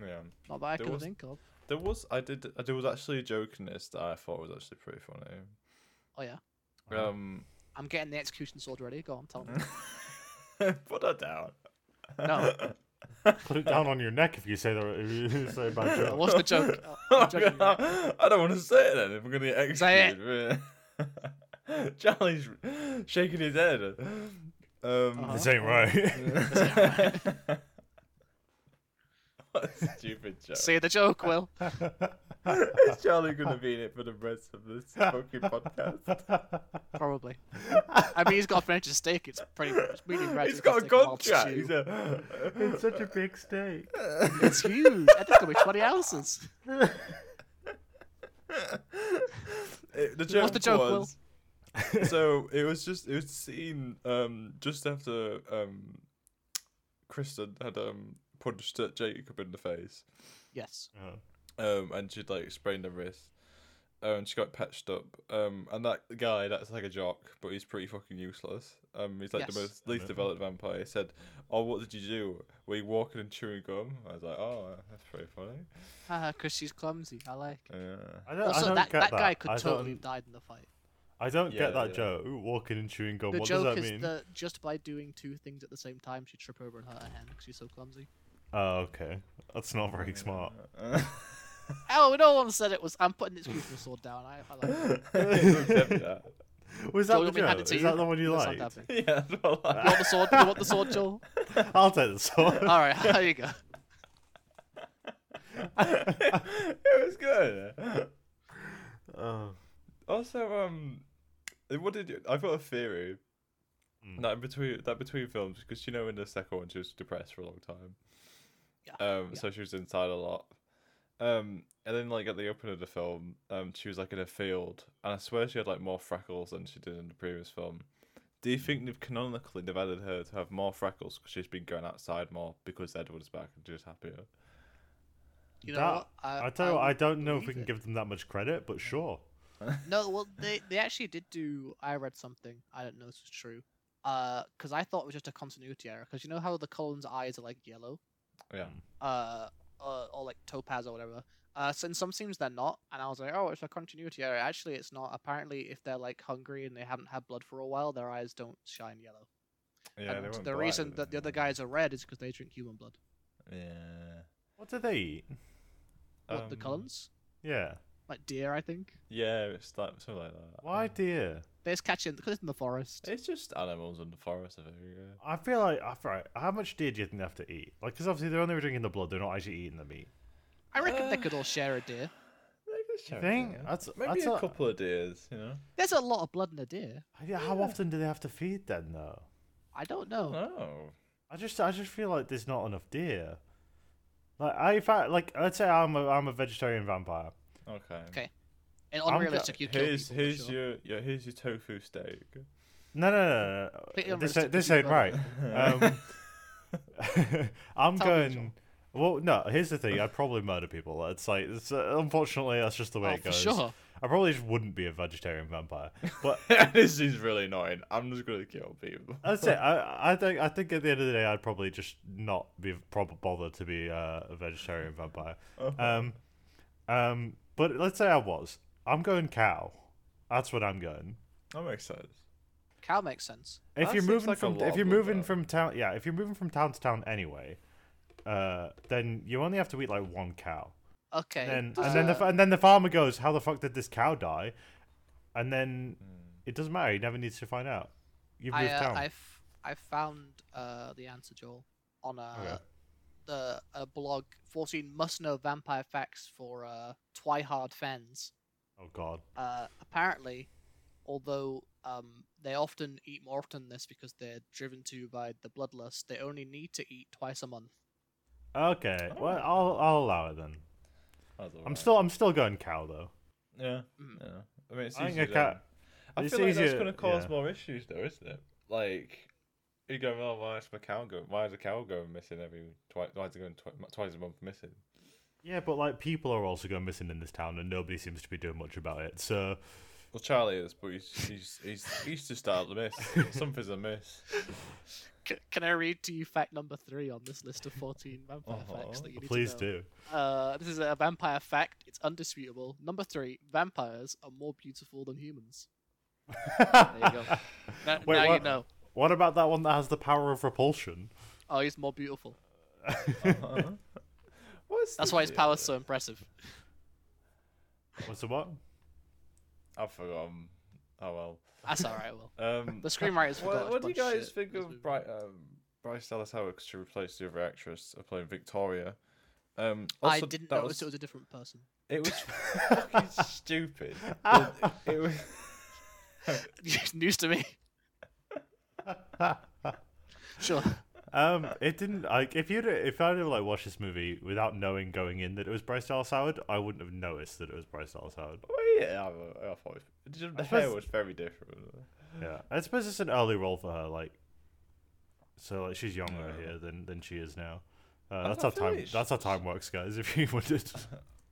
Yeah.
Not that I
There
can
was-
think of.
There was I did I, there was actually a joke in this that I thought was actually pretty funny.
Oh yeah,
Wow.
Um,
I'm getting the execution sword ready. Go on, tell me.
put that down.
No,
Put it down on your neck if you say the if you say a bad
no,
joke.
what's the joke? Uh,
I'm
I'm joking.
gonna- I don't want to say it then if we're gonna get
Say it.
executed. Charlie's shaking his head. Um,
Uh-huh.
This ain't right.
what a stupid joke.
Say the joke, Will.
Is Charlie gonna be in it for the rest of this fucking podcast?
Probably. I mean, he's got a French steak. It's pretty it's medium rare.
He's got a contract. He's
It's,
a...
such a big steak.
it's huge. I think it's gonna be 20 ounces.
It- the joke
the joke, Will?
was, so it was just it was seen um just after um Kristen had um punched Jacob in the face.
Yes.
um, and she'd like sprained her wrist, uh, and she got patched up. Um, and that guy, that's like a jock, but he's pretty fucking useless. Um, he's like the
Yes.
most least developed vampire. He said, "Oh, what did you do? Were you walking and chewing gum?" I was like, "Oh, that's pretty funny."
Because she's clumsy. I like. it.
Yeah.
I don't, I
Also,
don't
that,
get
that guy could
I
totally have
Don't,
died in the fight.
I don't
Yeah,
get that
yeah.
joke. Ooh, walking and chewing gum.
The
what does
joke
that
is
mean?
that just by doing two things at the same time, she'd trip over and hurt her hand because she's so clumsy.
Oh, okay. That's not very smart.
Oh, no one said it was. I'm putting this crucible sword down. I, I like. it.
Except that.
Was that
Joel,
the
let me hand
joke?
it
Is
to you.
that the one you
That's
like?
not that big.
Yeah, that's what I
You want the sword? You want the sword, Joel?
I'll take the sword.
All right, there you go.
it was good.
Oh.
Also, um, what did you, I've got a theory
Mm.
that in between that between films because you know in the second one she was depressed for a long time,
Yeah,
um,
yeah.
so she was inside a lot, um, and then like at the opening of the film, um, she was like in a field, and I swear she had like more freckles than she did in the previous film. Do you think they've canonically they've added her to have more freckles because she's been going outside more because Edward's back and she's happier?
You know
That-
what?
I tell you, what, I
would
don't know if we
believe
can
it.
give them that much credit, but sure.
No, well, they they actually did do. I read something. I don't know if this is true. Uh, because I thought it was just a continuity error. Because you know how the Cullen's eyes are like yellow.
Yeah.
Uh, uh, or like topaz or whatever. Uh, so in some scenes they're not, and I was like, oh, it's a continuity error. Actually, it's not. Apparently, if they're like hungry and they haven't had blood for a while, their eyes don't shine yellow.
Yeah, they
and
weren't
the
black,
reason
were
that the
they?
other guys are red is because they drink human blood.
yeah,
What do they eat?
What the
Um,
Cullens?
Yeah.
Like deer, I think.
yeah, it's like something like that.
Why deer?
They just catch it because it's in the forest.
It's just animals in the forest. I think. Yeah.
I feel like, I feel like- how much deer do you think they have to eat? Like, because obviously they're only drinking the blood; they're not actually eating the meat.
I reckon they
Uh.
could all share a deer.
Like, it's
You
charity,
think?
yeah.
That's
Maybe
that's
a couple of deers, you know.
There's a lot of blood in a deer.
Yeah, how often do they have to feed then, though?
I don't know.
Oh,
I just, I just feel like there's not enough deer. Like, I, if I like, let's say I'm a, I'm a vegetarian vampire.
okay.
Okay. And
I'm
unrealistic, you kill
here's
people. for
here's
sure.
your yeah here's your tofu steak.
No, no, no, no,
Completely
no. This,
unrealistic
ain't- this
if
ain't
you've
right. Um, I'm
Tell me,
going.
John.
Well, no. Here's the thing. I'd probably murder people. It's like, it's, uh, unfortunately, that's just the way
Oh,
it
for
goes.
sure.
I probably just wouldn't be a vegetarian vampire. But
this is really annoying. I'm just gonna kill people.
that's it. I, I think, I think at the end of the day, I'd probably just not be prob- bothered to be uh, a vegetarian vampire.
Oh,
Um, um, but let's say I was. I'm going cow. That's what I'm going.
that makes sense.
Cow makes sense.
If
That
you're
seems
moving
like a
from
lot
if you're
of
moving
work.
from town, yeah, if you're moving from town to town anyway, uh, then you only have to eat like one cow.
Okay.
Then
does,
and then the
uh,
fa- and then the farmer goes, "How the fuck did this cow die?" And then
Hmm.
it doesn't matter. He never needs to find out. You've
I,
moved
uh,
town.
I've I found uh, the answer, Joel, on a
Okay.
the a blog. Fourteen must know vampire facts for uh, Twihard fans.
Oh god.
Uh, apparently, although um, they often eat more often than this because they're driven to by the bloodlust, they only need to eat twice a month.
Okay.
Oh.
Well, I'll I'll allow it then.
That's alright.
I'm still I'm still going cow though.
Yeah.
Mhm.
yeah. I mean, it's
I think
easier.
a cow-
than- I
it's
feel like that's
easier-
gonna cause
yeah.
more issues, though, isn't it? Like. You go, oh, why is my cow go? Why is the cow going missing every twice? Why is it going twi- twice a month missing?
Yeah, but like people are also going missing in this town, and nobody seems to be doing much about it. So
Well, Charlie is, but he's he's he's, he's just out of the miss. Something's amiss.
C- can I read to you fact number three on this list of fourteen vampire
Uh-huh.
facts that you need
please
to know?
do.
Uh, this is a vampire fact. It's undisputable. Number three: vampires are more beautiful than humans. you go. Now,
Wait,
now you
what?
know.
What about that one that has the power of repulsion?
Oh, he's more beautiful.
Uh-huh. What's
That's
the
why his
deal?
power's so impressive.
What's the what?
I've forgotten. Oh
That's all right. Well,
well. Um,
the screenwriters forgot.
what,
a
what do you
bunch of
guys
shit
think
in this
of
movie.
Bri- um, Bryce Dallas Howard to replace the other actress of playing Victoria? Um,
I
also,
didn't
that
notice
was,
it was a different person.
It was fucking stupid. But it was.
It's News to me. Sure.
Um, it didn't like if you'd if I'd have like watched this movie without knowing going in that it was Bryce Dallas Howard, I wouldn't have noticed that it was Bryce Dallas Howard.
Well, yeah, I, I thought it was, the hair
suppose-
was very different.
Yeah, I suppose it's an early role for her, like so like she's younger
Yeah.
here than than she is now. Uh,
I
that's how
don't feel
time.
like
That's how time works, guys. If you wanted,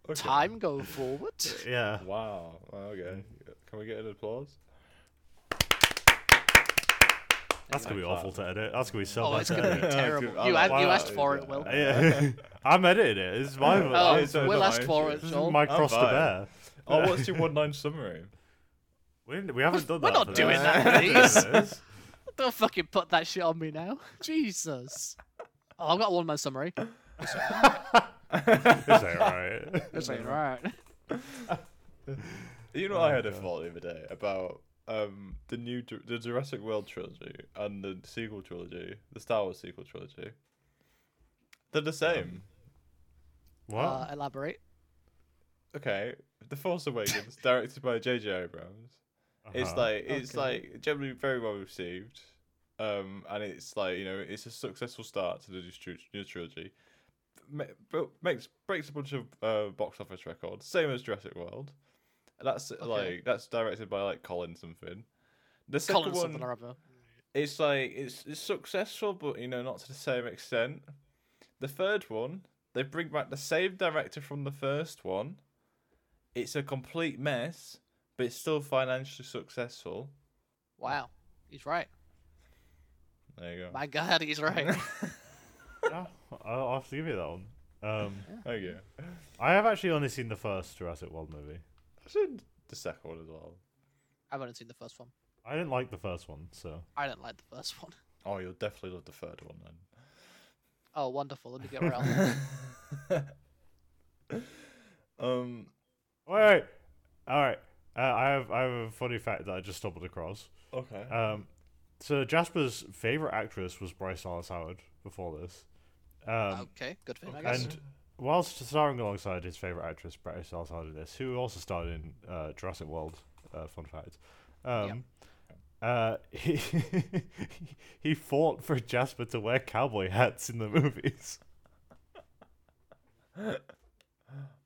Okay.
Time go forward.
yeah.
Wow. Okay. Can we get an applause?
That's gonna be awful to edit. That's gonna be so
Oh,
bad.
it's
to
gonna be
edit.
terrible.
I'm
You,
like,
ad- you
wow.
asked for it, Will.
Yeah. I'm editing it. It's my.
Oh,
it's not
Will
my
asked for
issue.
it,
this is
Joel.
my
I'm
cross to
fine.
bear.
Oh, what's your one line summary?
We, didn't- we haven't done
We're
that.
not
for
doing
this.
that,
We're not doing this.
Don't fucking put that shit on me now. Jesus. Oh, I've got one man summary.
This ain't right.
That's right. right.
You know, what I had a thought the other day about um the new Ju- the Jurassic World trilogy and the sequel trilogy, the Star Wars sequel trilogy. They're the same.
What?
Uh, elaborate.
okay, The Force Awakens, directed by J.J. Abrams. It's
Uh-huh.
like it's
Okay.
like generally very well received, um, and it's like you know it's a successful start to the new, tru- new trilogy. Ma- bro- makes breaks a bunch of uh, box office records, same as Jurassic World. And That's like that's directed by like Colin something. The second
Colin
one,
something or other.
it's like it's it's successful, but you know not to the same extent. The third one, they bring back the same director from the first one. It's a complete mess, but it's still financially successful.
Wow. He's right.
There you go.
My God, he's right.
Yeah, I'll I'll have to give you that one. Um,
There you go.
I have actually only seen the first Jurassic World movie.
I said the second one as well.
I've only seen the first one.
I didn't like the first one, so
I don't like the first one.
Oh, you'll definitely love the third one then.
Oh, wonderful. Let me get around.
Um,
wait, wait. all right. Uh, I have I have a funny fact that I just stumbled across.
Okay.
Uh,
Um, so Jasper's favorite actress was Bryce Dallas Howard before this, um,
okay, good for him, I guess.
and whilst starring alongside his favorite actress Bryce Dallas Howard in this, who also starred in uh, Jurassic World. Uh, fun fact. Um, Uh, he he fought for Jasper to wear cowboy hats in the movies.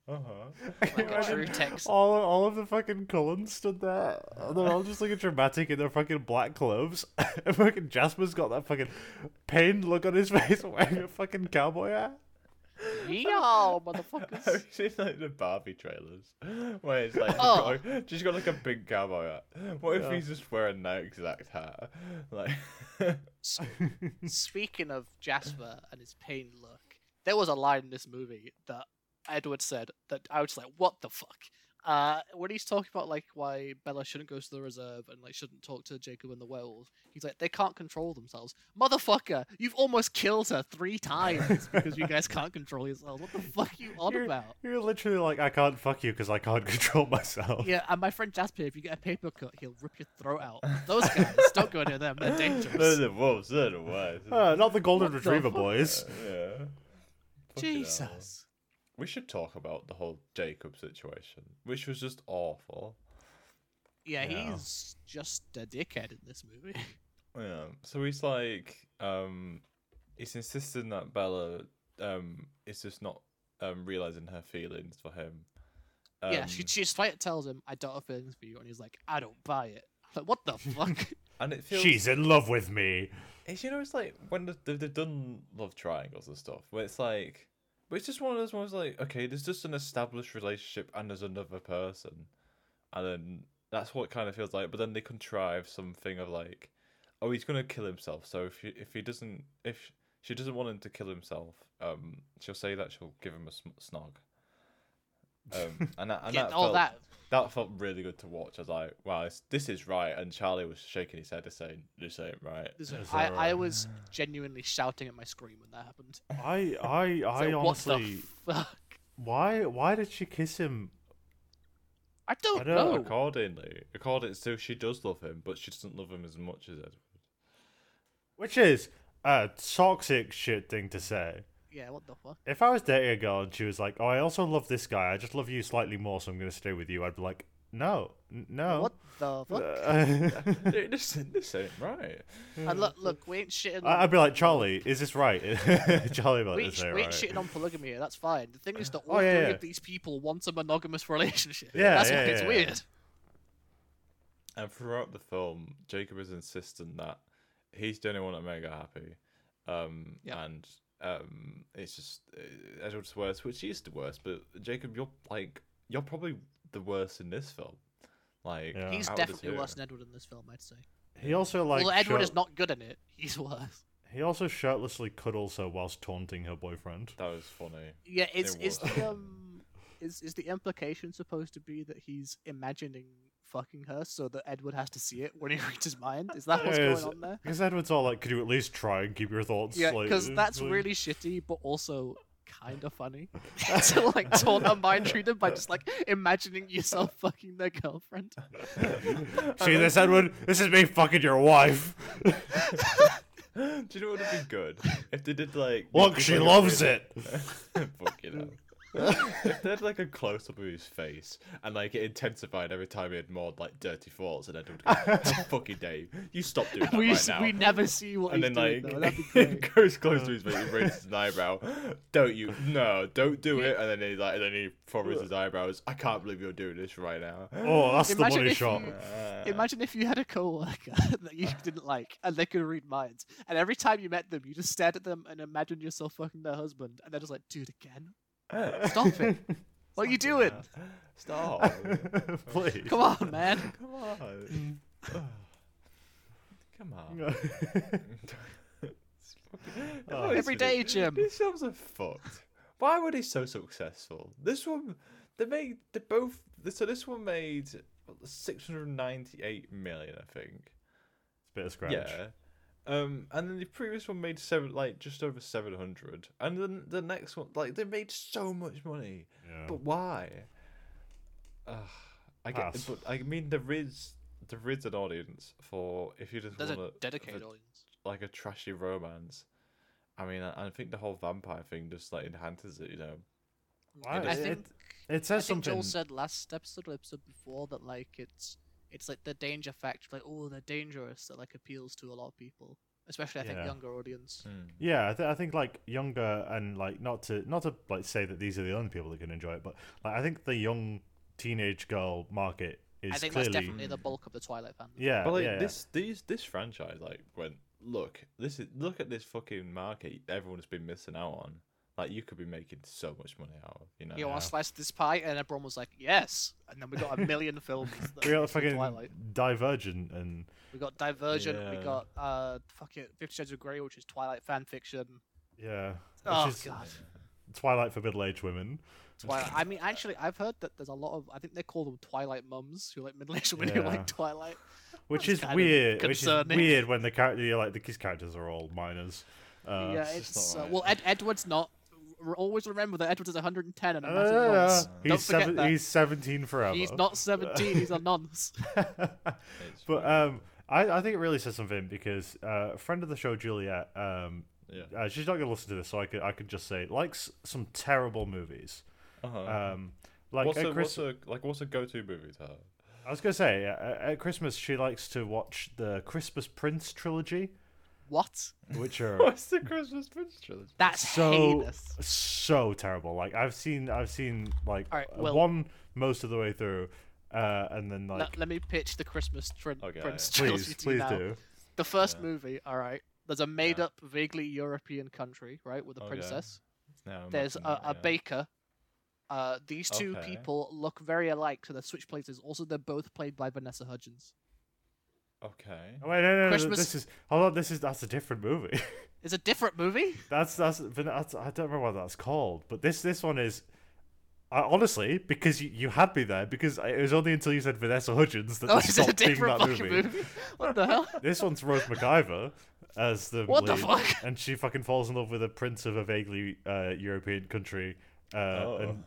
Uh huh.
Like a
Imagine
true Texan.
All, all of the fucking Cullens stood there. And they're all just looking dramatic in their fucking black clothes. and fucking Jasper's got that fucking pained look on his face wearing a fucking cowboy hat.
Yeehaw, motherfuckers.
Have you seen like the Barbie trailers where it's like she's
Oh.
got, a- she's got like a big cowboy hat? What if
Yeah.
he's just wearing that exact hat? Like,
Speaking of Jasper and his pain look, there was a line in this movie that Edward said that I was like, "What the fuck?" Uh, when he's talking about like why Bella shouldn't go to the reserve and like shouldn't talk to Jacob and the werewolf, he's like, "They can't control themselves, motherfucker! You've almost killed her three times because you guys can't control yourselves. What the fuck are you on
You're-
about?"
You're literally like, I can't fuck you because I can't control myself.
Yeah, and my friend Jasper, if you get a paper cut, he'll rip your throat out. Those guys, don't go near them; they're
they're
dangerous. Ah,
the wolves, they're the worst.
Uh, not the golden
What the
retriever
fuck?
boys.
yeah. Fucking hell.
Jesus.
We should talk about the whole Jacob situation, which was just awful.
Yeah,
Yeah.
he's just a dickhead in this movie.
Yeah. So he's like, um, he's insisting that Bella, um, is just not, um, realizing her feelings for him. Um,
yeah, she she straight tells him, "I don't have feelings for you," and he's like, "I don't buy it." Like, what the fuck?
and it feels.
She's in love with me.
It's, you know, it's like when the- they've, they've done love triangles and stuff, where it's like, but it's just one of those ones like, okay, there's just an established relationship and there's another person, and then that's what it kind of feels like. But then they contrive something of like, oh, he's gonna kill himself. So if he, if he doesn't, if she doesn't want him to kill himself, um, she'll say that she'll give him a sm- snog. Um, and that, and
Yeah,
that
all
felt,
that.
that felt really good to watch. I was like, wow, this, this is right. And Charlie was shaking his head and saying, this ain't right.
This-
Is
I,
that
I
right?
was genuinely shouting at my screen when that happened.
I, I,
It's
I
like,
honestly.
what the fuck?
Why, why did she kiss him?
I don't,
I don't
know.
Accordingly, according to she does love him, but she doesn't love him as much as Edward.
Which is a toxic shit thing to say.
Yeah, what the fuck?
If I was dating a girl and she was like, "Oh, I also love this guy. I just love you slightly more, so I'm going to stay with you," I'd be like, "No, n- no."
What the fuck?
Uh,
Dude, this, this ain't right.
and look, look, we ain't shitting.
I-
on-
I'd be like, "Charlie, is this right?" Charlie, about
we
this
ain't,
ain't
we ain't
right.
shitting on polygamy here. That's fine. The thing is that
Oh,
all
yeah,
three
yeah.
of these people want a monogamous relationship.
Yeah,
that's
yeah,
why it's
yeah, yeah.
weird.
And throughout the film, Jacob is insisting that he's the only one that made her happy. Um,
Yeah.
And um, it's just uh, Edward's worst, which he is the worst. But Jacob, you're like you're probably the worst in this film. Like
Yeah.
He's
out of the
definitely
two.
worse than Edward in this film, I'd say.
He also like
well, Edward
shirt-
is not good in it. He's worse.
He also shirtlessly cuddles her whilst taunting her boyfriend.
That was funny.
Yeah, is
It
is
was.
the um is is the implication supposed to be that he's imagining fucking her so that Edward has to see it when he reads his mind? Is that what's
Yeah,
going
is-
on there?
Because Edward's all like, "Could you at least try and keep your thoughts?"
Yeah,
like,
because
uh,
that's
like-
really shitty, but also kind of funny to like taunt a mind reader by just like imagining yourself fucking their girlfriend.
See this, Edward? This is me fucking your wife.
Do you know what would be good if they did like?
Look,
people
she
get
loves
really-
it.
Fucking hell. if they had like a close up of his face and like it intensified every time he had more like dirty thoughts and Edward would go, fucking Dave, you stop doing that
we
right
s-
now.
we never see what
and
he's
then
doing
like
though. That'd be
it
great. Uh.
goes close to his face, he raises his eyebrow. Don't you no, don't do it and then he like and then he furrows his eyebrows. I can't believe you're doing this right now.
Oh, that's
Imagine
the money
if
shot.
you-
Uh,
Imagine if you had a coworker that you didn't like and they could read minds, and every time you met them, you just stared at them and imagined yourself fucking their husband, and they're just like, "Dude, again? Stop it! What are you doing?
Stop.
Please.
Come on, man!
Come on. Come on. It's fucking- No, it's
Every
really-
day, Jim.
These films are fucked. Why were they so successful? This one, they made, they both, so this one made 698 million, I think.
Bit of scratch.
Yeah. Um, and then the previous one made seven, like just over 700. And then the next one, like, they made so much money.
Yeah.
But why? Ugh, I get,
Pass.
but I mean, there is there is an audience for if you just
There's a
want
dedicated audience.
like a trashy romance. I mean, I, I think the whole vampire thing just like enhances it, you know.
Wow,
I
it-
think-
it, it
I
says
think
something.
Joel said last episode or episode before that like it's it's like the danger factor, like oh they're dangerous, that like appeals to a lot of people, especially I
Yeah.
think younger audience.
Hmm. Yeah, I, th- I think like younger and like not to not to like say that these are the only people that can enjoy it, but like I think the young teenage girl market is
I think
clearly
that's definitely the bulk of the Twilight fandom.
yeah.
But like
yeah, yeah.
this, these this franchise like went look this is look at this fucking market everyone's been missing out on. Like you could be making so much money out of, you know.
You want
Yeah.
to slice this pie, and everyone was like, "Yes!" And then we got a million films. that
we
are
got
from
fucking
Twilight.
Divergent and
We got Divergent. We
Yeah.
got uh, fucking Fifty Shades of Grey, which is Twilight fan fiction.
yeah, which
oh
is
god,
Twilight for middle-aged women.
Twilight. I mean, actually, I've heard that there's a lot of. I think they call them Twilight mums who like middle-aged women who
Yeah.
like Twilight.
which
That's
is
kind of
weird. Which is
concerning.
weird when the character you're like the these characters are all minors. Uh,
yeah,
it's just
it's
not
uh,
right.
well, Ed- Edward's not. r- Always remember that Edward is 110 and a
I don't
massive
know.
nonce.
Uh,
Don't
He's
forget
seven,
that.
he's seventeen forever.
He's not 17. he's a nonce.
It's
but
weird.
um, I, I think it really says something because uh, a friend of the show, Juliet, um,
yeah.
uh, she's not going to listen to this, so I could I could just say likes some terrible movies.
Uh-huh.
Um, like
what's
at
a,
Chris,
what's a like what's a go-to movie to her?
I was going to say uh, at Christmas she likes to watch the Christmas Prince trilogy,
What?
which are
What's the Christmas Prince trilogy?
That's
so
heinous.
so terrible. Like I've seen I've seen like
Alright,
uh,
well-
one most of the way through, uh, and then
Le-
like
let me pitch the Christmas trin-
Okay,
Prince trilogy
please
to
please
you now.
do.
The first
Yeah.
movie, all right. There's a made-up, vaguely European country, right, with a
Okay.
princess.
No,
Um,
I'm
There's a,
not-
a
yeah.
baker. Uh, these two
Okay.
people look very alike, so they switch places. Also, they're both played by Vanessa Hudgens.
Okay.
Oh, wait no no, no
Christmas-
this is hold on this is that's a different movie.
It's a different movie.
that's, that's but that's I don't remember what that's called, but this this one is. I, honestly, because you, you had me there, because I- it was only until you said Vanessa Hudgens that
Oh,
they
it's a
stopped being
different
that
fucking
movie.
movie. What the hell?
This one's Rose McIver as the
What the
lead,
fuck?
and she fucking falls in love with a prince of a vaguely uh, European country, uh,
Oh.
and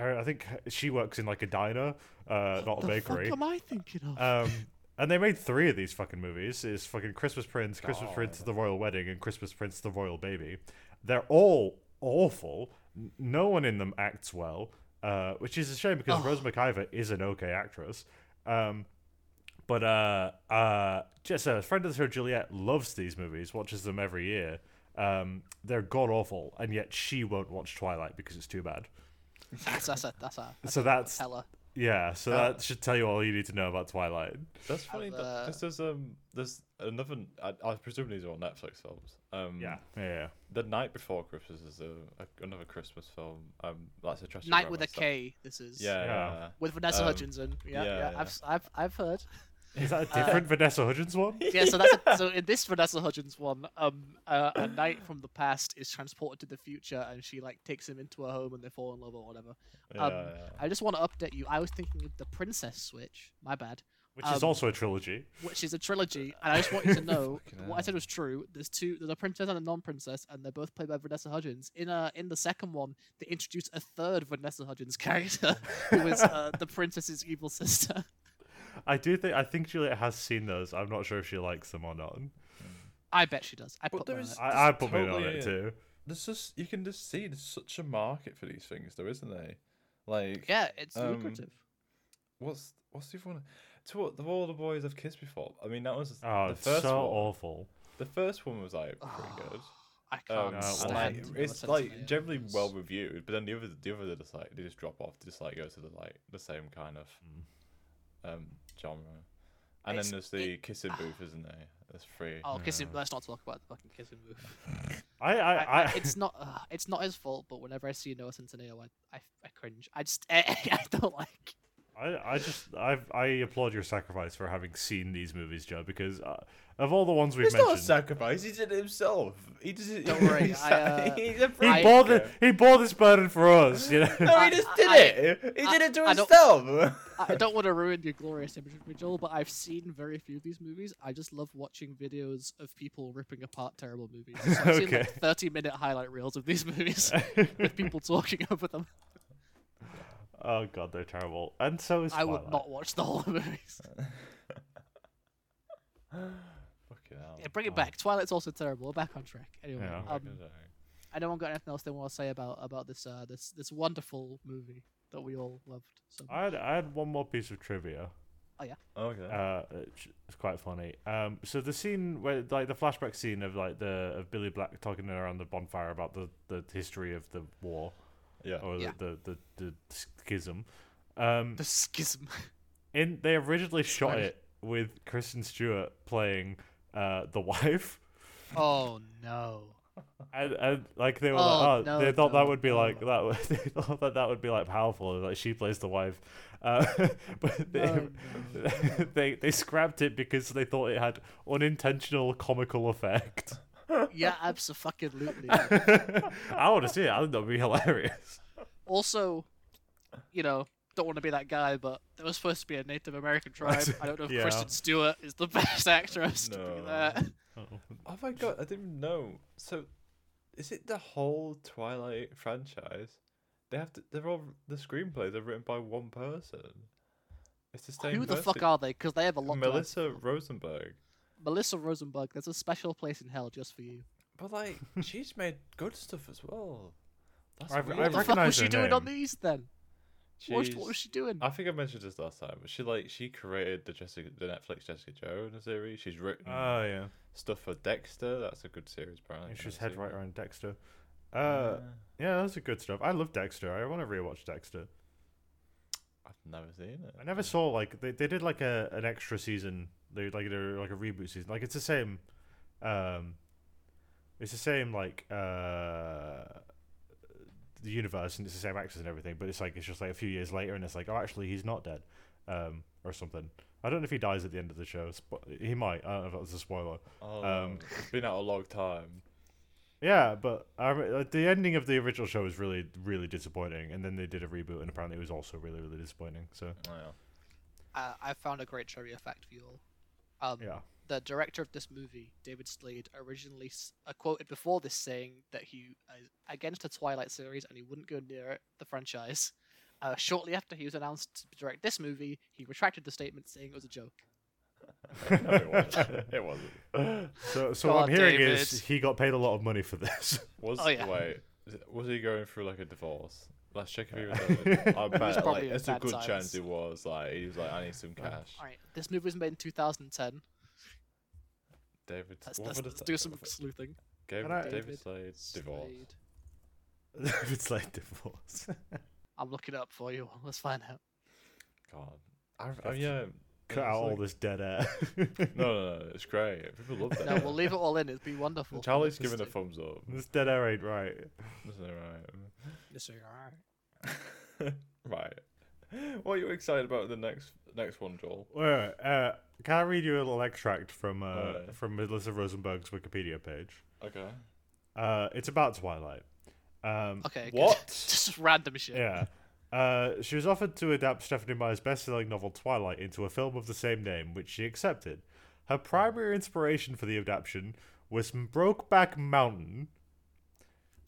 her, I think her- she works in like a diner, uh, not a
the
bakery.
fuck am I thinking of?
Um, and they made three of these fucking movies: is fucking Christmas Prince, Christmas
God.
Oh,
Prince the Royal Wedding, and Christmas Prince the Royal Baby. They're all awful. N- No one in them acts well, uh, which is a shame because
Oh.
Rose McIver is an okay actress. Um, but uh, uh, just a friend of the show, Juliet, loves these movies, watches them every year. Um, they're god awful, and yet she won't watch Twilight because it's too bad.
that's, that's a that's a that's
So that's
teller.
yeah. So
Uh,
that should tell you all you need to know about Twilight.
That's funny.
uh,
Because there's um there's another. I, I presume these are all Netflix films. Um,
Yeah, yeah. yeah.
The Night Before Christmas is a, a another Christmas film. Um, that's a trashy
Night with a
romance, that-
K. This is
Yeah,
Yeah.
yeah.
with Vanessa
Um,
Hudgens in.
yeah,
Yeah, yeah,
yeah.
I've, s- I've I've heard.
Is that a different Vanessa Hudgens one?
yeah, so that's a, so in this Vanessa Hudgens one, um, uh, a knight from the past is transported to the future, and she like takes him into her home, and they fall in love or whatever.
yeah,
um,
yeah.
I just want to update you. I was thinking of the Princess Switch. My bad.
Which is
Um,
also a trilogy.
Which is a trilogy, and I just want you to know
Fucking
that what I said
hell.
was true. There's two. There's a princess and a non-princess, and they're both played by Vanessa Hudgens. In uh, in the second one, they introduce a third Vanessa Hudgens character, who is uh, the princess's evil sister.
I do think I think Juliet has seen those. I'm not sure if she likes them or not.
I bet she does. I
But
put there
there
on
is-
it.
This
I, I put me on
totally
it
is.
too.
There's just you can just see there's such a market for these things, though, isn't there? Like,
Yeah, it's
Um,
lucrative.
what's what's the other one? To what the all the boys I've kissed before. I mean, that was
Oh,
the
it's
first
so
one.
awful.
The first one was like pretty good.
I
Um,
can't
Oh, No, it
and,
wasn't.
like,
stand.
it's
Vanessa
like
Hudgens.
generally well reviewed, but then the other the other just like they just drop off, just like go to the like the same kind of
Mm.
um genre. And
It's-
then there's the kissing booth, isn't there? There's free.
Oh, kissing. Let's not talk about the fucking kissing move.
I I,
I,
I,
I, it's not. Uh, it's not his fault. But whenever I see Noah Centineo, I, I, I cringe. I just. I, don't like.
I, I just I've, I applaud your sacrifice for having seen these movies, Joe. Because uh, of all the ones we've
It's not a
mentioned,
sacrifice. He did it himself. He just
Don't worry, I, uh,
he's a
he
free
bore the
thinker.
he bore this burden for us. You know.
No,
I-
he just
I-
did
I-
it. He
I-
did it to
I don't-
himself.
I I don't want to ruin your glorious image of me, Joel. But I've seen very few of these movies. I just love watching videos of people ripping apart terrible movies. So I've seen
Okay.
like thirty-minute highlight reels of these movies with people talking over them.
Oh god, they're terrible. And so is
I
Twilight.
would not watch the whole movies.
Fucking hell. Oh
Yeah, bring it back. Twilight's also terrible. We're back on track. Anyway,
Yeah.
Fucking
um,
hell.
I don't got anything else they want to say about about this uh this this wonderful movie that we all loved. So
I had, I had one more piece of trivia.
Oh, Okay.
Uh, it's it's quite funny. Um, so the scene where, like, the flashback scene of like the of Billy Black talking around the bonfire about the, the history of the war
yeah.
or
Yeah.
the, the the the schism. Um,
the schism.
in they originally shot
Sorry.
it with Kristen Stewart playing uh the wife.
oh no.
And, and like they were
Oh,
like, oh,
no,
they thought that
no,
would be like
no.
that. would- They thought that that would be like powerful. Like she plays the wife, uh, but they,
No,
they they scrapped it because they thought it had unintentional comical effect.
Yeah, absolutely.
I want to see it. I think that'd be hilarious.
also, you know, don't want to be that guy, but there was supposed to be a Native American tribe. I don't know if
Yeah.
Kristen Stewart is the best actress to be
No.
there.
Oh my god, I didn't even know. So, is it the whole Twilight franchise? They have to. They're all the screenplays are written by one person. It's the same.
Who the
person.
fuck are they? Because they have a lot. to answer
Melissa
for.
Rosenberg.
Melissa Rosenberg. There's a special place in hell just for you.
But like, she's made good stuff as well. That's
I've-
weird.
I
What the fuck
recognise
was she
her
doing on
name.
these then? What was, what
She's-
was she doing?
I think I mentioned this last time, but she like she created the Jessica, the Netflix Jessica Jones series. She's written
Oh yeah,
stuff for Dexter. That's a good series, apparently.
it's
I've
just
never
head
seen
right
it.
around Dexter. Uh,
Yeah.
yeah, that's a good stuff. I love Dexter. I want to rewatch Dexter.
I've never seen it.
I never saw like they, they did like a an extra season. They like did a- like a reboot season. Like it's the same. Um, it's the same like uh, the universe and it's the same actors and everything. But it's like it's just like a few years later and it's like oh actually he's not dead, um or something. I don't know if he dies at the end of the show. Spo- he might. I don't know if that was a spoiler.
Oh,
Um,
it's been out a long time.
Yeah, but I, re- like, the ending of the original show was really really disappointing, and then they did a reboot and apparently it was also really really disappointing. So
Wow.
I, I found a great trivia fact for you all. Um,
yeah,
The director of this movie, David Slade, originally s- uh, quoted before this saying that he is against the Twilight series and he wouldn't go near it, the franchise. Uh, shortly after he was announced to direct this movie, he retracted the statement saying it was a joke.
No, it wasn't. It wasn't.
So, so
God,
what I'm hearing is
David.
he got paid a lot of money for this.
Was
Oh, yeah.
wait, is it- was he going through like a divorce? Let's check if he was. Having, I bet like,
probably in
it's a
bad
good
times.
chance it was. Like he was like, I need some cash.
All right, this movie was made in 2010.
David,
Let's,
what
let's,
would
let's
it-
do some
what would-
sleuthing.
David,
Can I-
David
David
Slade divorce.
Slade.
it's like divorce.
I'm looking it up for you. Let's find out.
God, I, I,
to
yeah.
Cut
it's
out all
like-
this dead air.
No, no, no. It's great. People love that.
No, we'll leave it all in. It'd be wonderful.
Charlie's
Just
giving a
to-
thumbs up.
this dead air ain't right.
Isn't it right?
Yes, you're all right.
right. What are you excited about the next next one, Joel?
Wait, wait, uh, can I read you a little extract from uh,
Alright.
from Melissa Rosenberg's Wikipedia page?
Okay.
Uh, it's about Twilight. Um,
Okay. good.
What?
Just random shit.
Yeah. Uh, she was offered to adapt Stephanie Meyer's best-selling novel Twilight into a film of the same name, which she accepted. Her primary inspiration for the adaptation was Brokeback Mountain,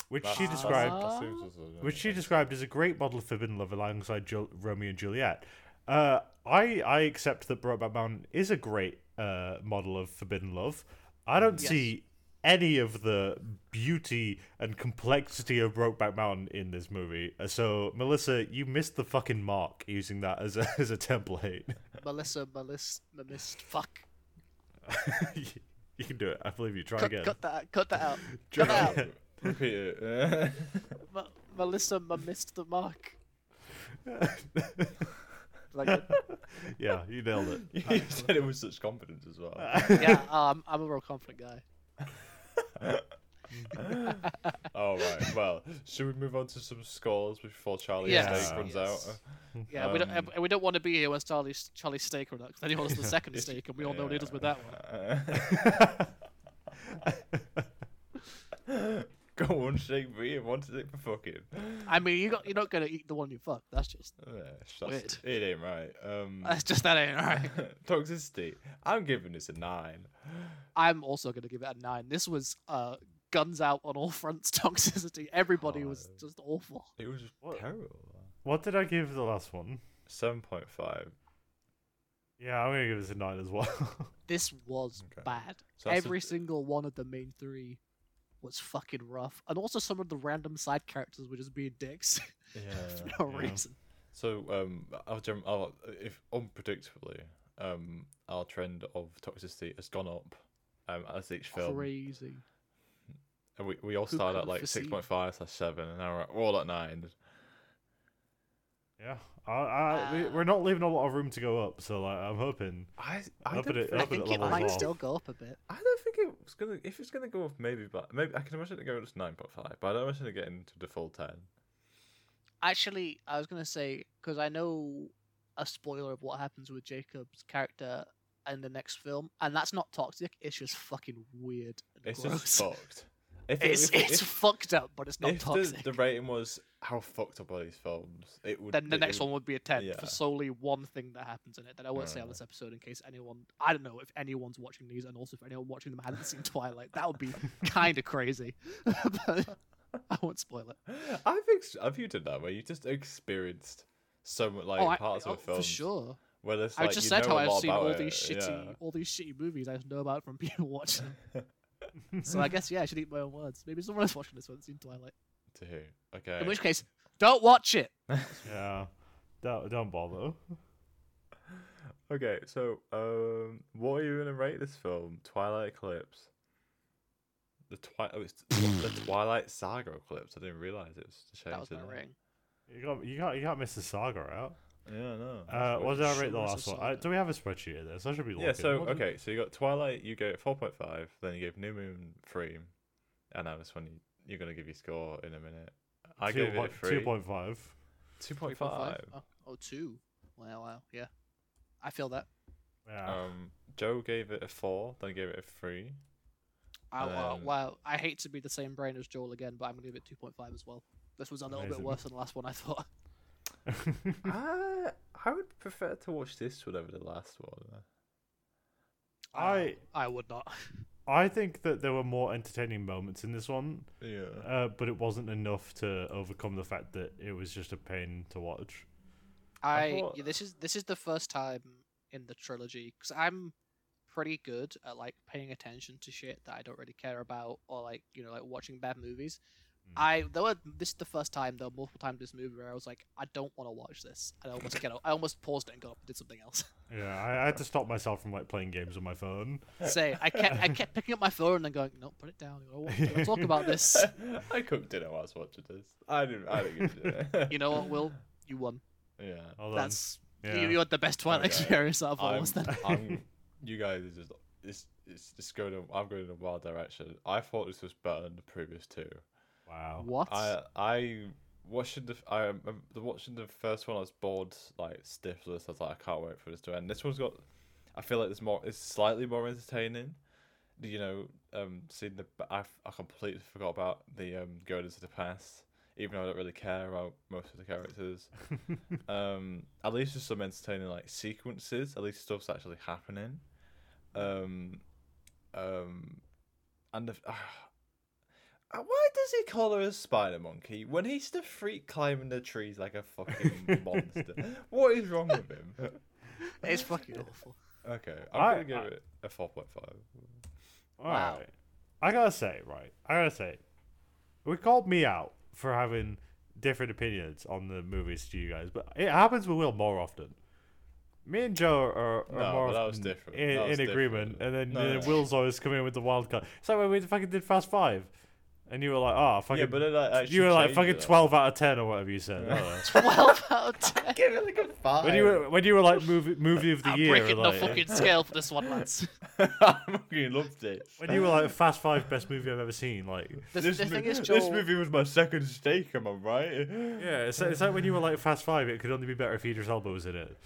which she
That's-
described
that seems as a-
which she described as a great model for Forbidden Love alongside Ju- Romeo and Juliet. Uh, I I accept that Brokeback Mountain is a great uh, model of Forbidden Love. I don't
Yes.
see any of the beauty and complexity of Brokeback Mountain in this movie. Uh, So Melissa, you missed the fucking mark using that as a as a template.
Melissa, Melissa, Melissa, fuck.
you can do it. I believe you. Try
Cut,
again.
cut that, cut that out.
Try
cut that
again.
Repeat it.
Me- Melissa, ma missed the mark. Like, uh,
yeah, you nailed it.
you said it with such confidence as well.
yeah, um, I'm a real confident guy.
oh right. Well, should we move on to some scores before Charlie's
Yes.
steak Oh, runs
Yes.
out?
Yeah, we don't, and we don't want to be here when Charlie's Charlie's steak or not, because then he wants the second steak, and we all know what he does with that one.
one. Got one steak for you, one steak for fucking.
I mean, you got you're not gonna eat the one you fuck. That's just
Yeah, that's-
Weird.
It ain't right. Um,
that's just that ain't right.
toxicity. I'm giving this a nine.
I'm also gonna give it a nine. This was uh guns out on all fronts. Toxicity. Everybody was just awful.
It was
What?
terrible.
What did I give the last one?
Seven point five.
Yeah, I'm gonna give this a nine as well.
This was
Okay.
bad.
So that's a-
Every single one of the main three was fucking rough, and also some of the random side characters were just being dicks for
Yeah.
no
yeah.
reason.
So um, our gem, our if unpredictably, um, our trend of toxicity has gone up, um, as each film.
Crazy.
And we, we all
Who
started at
could've
like six
foreseen?
point five slash seven, and now we're at- we're all at nine.
yeah, I, I, we-
Uh,
we're not leaving a lot of room to go up, so like, I'm hoping.
I I
Up at
don't think,
it- up
I
at it
think it
levels
might
off.
still go up a bit.
I don't think it was gonna. If it's gonna go up, maybe, but maybe I can imagine it going up to nine point five, but I don't imagine it getting to the full ten.
Actually, I was gonna say because I know a spoiler of what happens with Jacob's character in the next film, and that's not toxic. It's just fucking weird. and
It's
gross.
just fucked. If it-
It's
if it-
it's
if-
fucked up, but it's not
if
toxic.
The, the rating was how fucked up are these films, it would
then the
it
next
would-
one would be a 10
yeah.
for solely one thing that happens in it that I won't say on
Alright.
this episode in case anyone I don't know if anyone's watching these and also if anyone watching them hadn't seen Twilight that would be kind of crazy but I won't spoil it
I've ex- I've viewed it that way. You just experienced so much like
oh, I,
parts
oh,
of a film
for sure
where there's
I
like
just
you
said
know
how
a
I've
lot
seen
about
all
it,
these shitty
yeah.
all these shitty movies I just know about from people watching them so I guess yeah I should eat my own words maybe someone else watching this one has seen Twilight
to who? Okay.
in which case don't watch it
Yeah, don't don't bother.
Okay, so um, what are you gonna rate this film? Twilight Eclipse. The twi- oh, it's the Twilight Saga Eclipse. I didn't realize it was changed.
that was
to
my ring
You got you got you got Mr. Saga out.
Yeah, no.
Uh, what did I rate the
Sure, Mr.
last one? I,
Saga.
do we have a spreadsheet of this? I should be looking.
yeah. So
What did-
okay, so you got Twilight. You gave it four point five. Then you gave New Moon three, and now this one you, you're gonna give your score in a minute. I
two
gave
point-
it three.
Two point five.
Two
3.5
point five.
oh, oh two wow wow yeah I feel that
Yeah.
Um, Joe gave it a four. Then gave it a three.
I, uh,
Um,
well, I hate to be the same brain as Joel again, but I'm gonna give it 2.5 as well. This was a little
Amazing.
bit worse than the last one I thought.
I Uh, I would prefer to watch this one over the last one.
Uh,
I-
I would not.
I think that there were more entertaining moments in this one,
Yeah.
uh, but it wasn't enough to overcome the fact that it was just a pain to watch.
I,
thought-
yeah, this is this is the first time in the trilogy because I'm pretty good at like paying attention to shit that I don't really care about or like you know like watching bad movies.
Mm.
I there were this is the first time there were multiple times in this movie where I was like I don't want to watch this. And I almost get up, I almost paused it and got up and did something else.
Yeah, I, I had to stop myself from like playing games on my phone.
Say I kept I kept picking up my phone and then going no put it down. I want to talk about this.
I cooked dinner while I was watching this. I didn't. I didn't give a shit.
You know what, Will? You won.
Yeah.
Hold on.
That's
yeah.
you, you had the best Twilight
Okay.
experience out of all of
I'm,
us. Then
I'm, you guys is just it's it's just going. In, I'm going in a wild direction. I thought this was better than the previous two.
wow.
what?
I I watching the I remember the- watching the first one. I was bored, like stiff. So I was like, I can't wait for this to end. This one's got. I feel like it's more. It's slightly more entertaining. You know, um, seeing the I I completely forgot about the um going into the past. Even though I don't really care about most of the characters, um, at least there's some entertaining like sequences. At least stuff's actually happening. Um, um, and the, uh, why does he call her a spider monkey when he's the freak climbing the trees like a fucking monster? What is wrong with him?
It's fucking awful.
Okay, I'm
I-
gonna give
I-
it a four point five.
All
Wow.
right. I gotta say, right. I gotta say, we called me out for having different opinions on the movies to you guys, but it happens with Will more often. Me and Joe are, are
No,
more
but that was
often
different.
in,
That was
in agreement,
different.
and then,
No,
then
no.
Will's always coming in with the wild card. It's like when we fucking did Fast Five, and you were like, "Oh, fucking,"
Yeah, but then I actually
you were like,
changed
"Fucking
it up.
twelve out of ten or whatever you said." I don't know.
Twelve out of ten.
Give it like a five.
when you were when you were like movie movie of the
I'm
year,
breaking the
like,
fucking scale for this one, lads.
I fucking loved it.
when you were like Fast Five best movie I've ever seen, like
The, the
mo-
thing is,
this
Joel.
movie was my second mistake. Am I right?
Yeah, it's like, it's like when you were like Fast Five, it could only be better if Idris Elba was in it.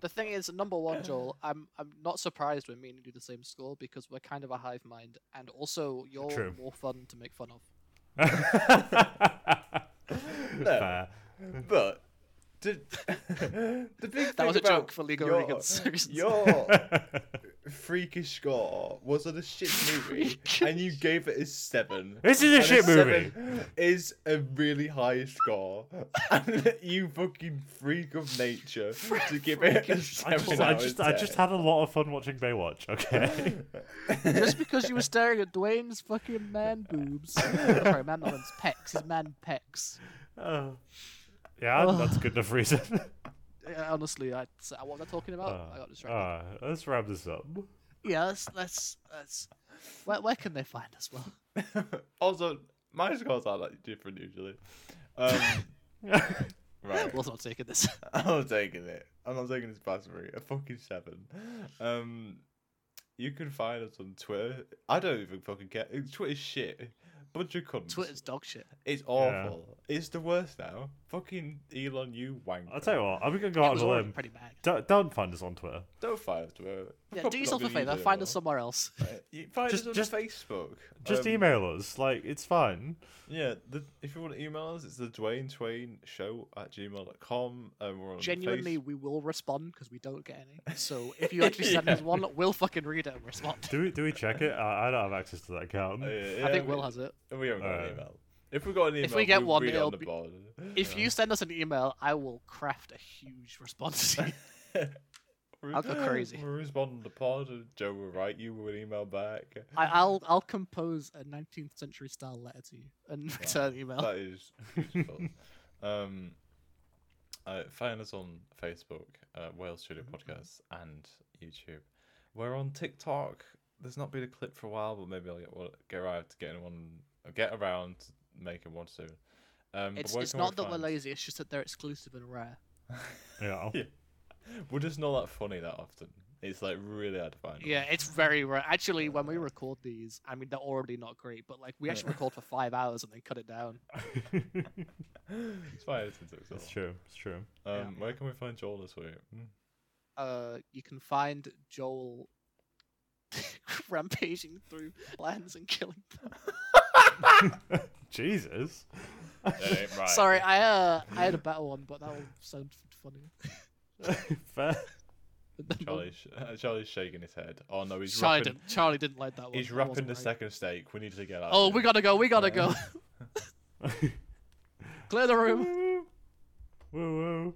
The thing is, number one, Joel. I'm I'm not surprised when me and you do the same score because we're kind of a hive mind, and also you're
True.
more fun to make fun of.
Fair.
But did, the big
That
thing
was a
about
joke for legal
your,
reasons.
Your Freakish Score was on a shit movie, and you gave it a seven.
This is a
And
shit movie.
seven Is a really high score, and you fucking freak of nature to give it a
I
seven.
just, I
out of
just, I just
10.
had a lot of fun watching Baywatch. Okay.
Just because you were staring at Dwayne's fucking man boobs. Sorry, man, not his pecs. His man pecs.
Uh, yeah, that's good enough reason.
Yeah, honestly, I, what was I talking about? Oh, I got distracted.
Uh, let's wrap this up.
yeah, let's let's let's. Where, where can they find us? Well,
also, my scores are like different usually. Um, right.
we'll not taking this.
I'm not taking it. I'm not taking this blasphemy. A fucking seven. Um, you can find us on Twitter. I don't even fucking care. Uh, Twitter's shit. Bunch of cunts.
Twitter's dog shit.
It's awful. It's the worst now. Fucking Elon, you wank.
I'll tell you what. I'm gonna go
It
out
was
on a
already
limb.
pretty bad.
Don't, don't find us on Twitter.
Don't find us Twitter.
Yeah, do yourself a favor. Find us somewhere else.
somewhere. Find
Just-
us on
just-
Facebook.
Just
Um,
email us. Like it's fine.
Yeah, the, if you want to email us, it's the Dwayne Twain Show at gmail.com. Um, we're on
Genuinely,
Face-
we will respond because we don't get any. So if you actually send us one, we'll fucking read it and respond.
Do we do we check it? I, I don't have access to that account.
Uh, yeah,
I think
we,
Will has it.
We haven't got
Uh,
an email. If we got an email,
we get
we'll
one,
read it
it'll
on the
be-
board.
If you send us an email, I will craft a huge response. to you. I'll go crazy.
We'll respond on the pod, and Joe will write you with an email back.
I, I'll I'll compose a 19th century style letter to you and return the email.
That is beautiful. um, uh, find us on Facebook, uh, Wales Studio
Mm-hmm.
Podcast, and YouTube. We're on TikTok. There's not been a clip for a while, but maybe I'll get one, get around to getting one, get around to making one soon. Um, but
It's
where
it's
can we
not that we're
find-
lazy. It's just that they're exclusive and rare.
Yeah.
Yeah. We're just not that funny that often. It's like really hard to find.
Yeah, it's very rare. Actually, when we record these, I mean they're already not great, but like we actually record for five hours and then cut it down.
it's fine. It's, it's,
it's true. It's true.
Um, Where can we find Joel this week?
Uh, you can find Joel rampaging through lands and killing. Them.
Jesus.
That ain't right.
Sorry, I uh I had a better one, but that will sound f- funny.
Fair.
Charlie's, uh, Charlie's shaking his head. Oh no, he's
Charlie
wrapping,
didn't. Charlie didn't like that one.
he's
That
wrapping
wasn't
the
right.
second stake. We need to get out.
Oh,
of
we
here.
gotta go. We gotta go. Clear the room.
Woo woo.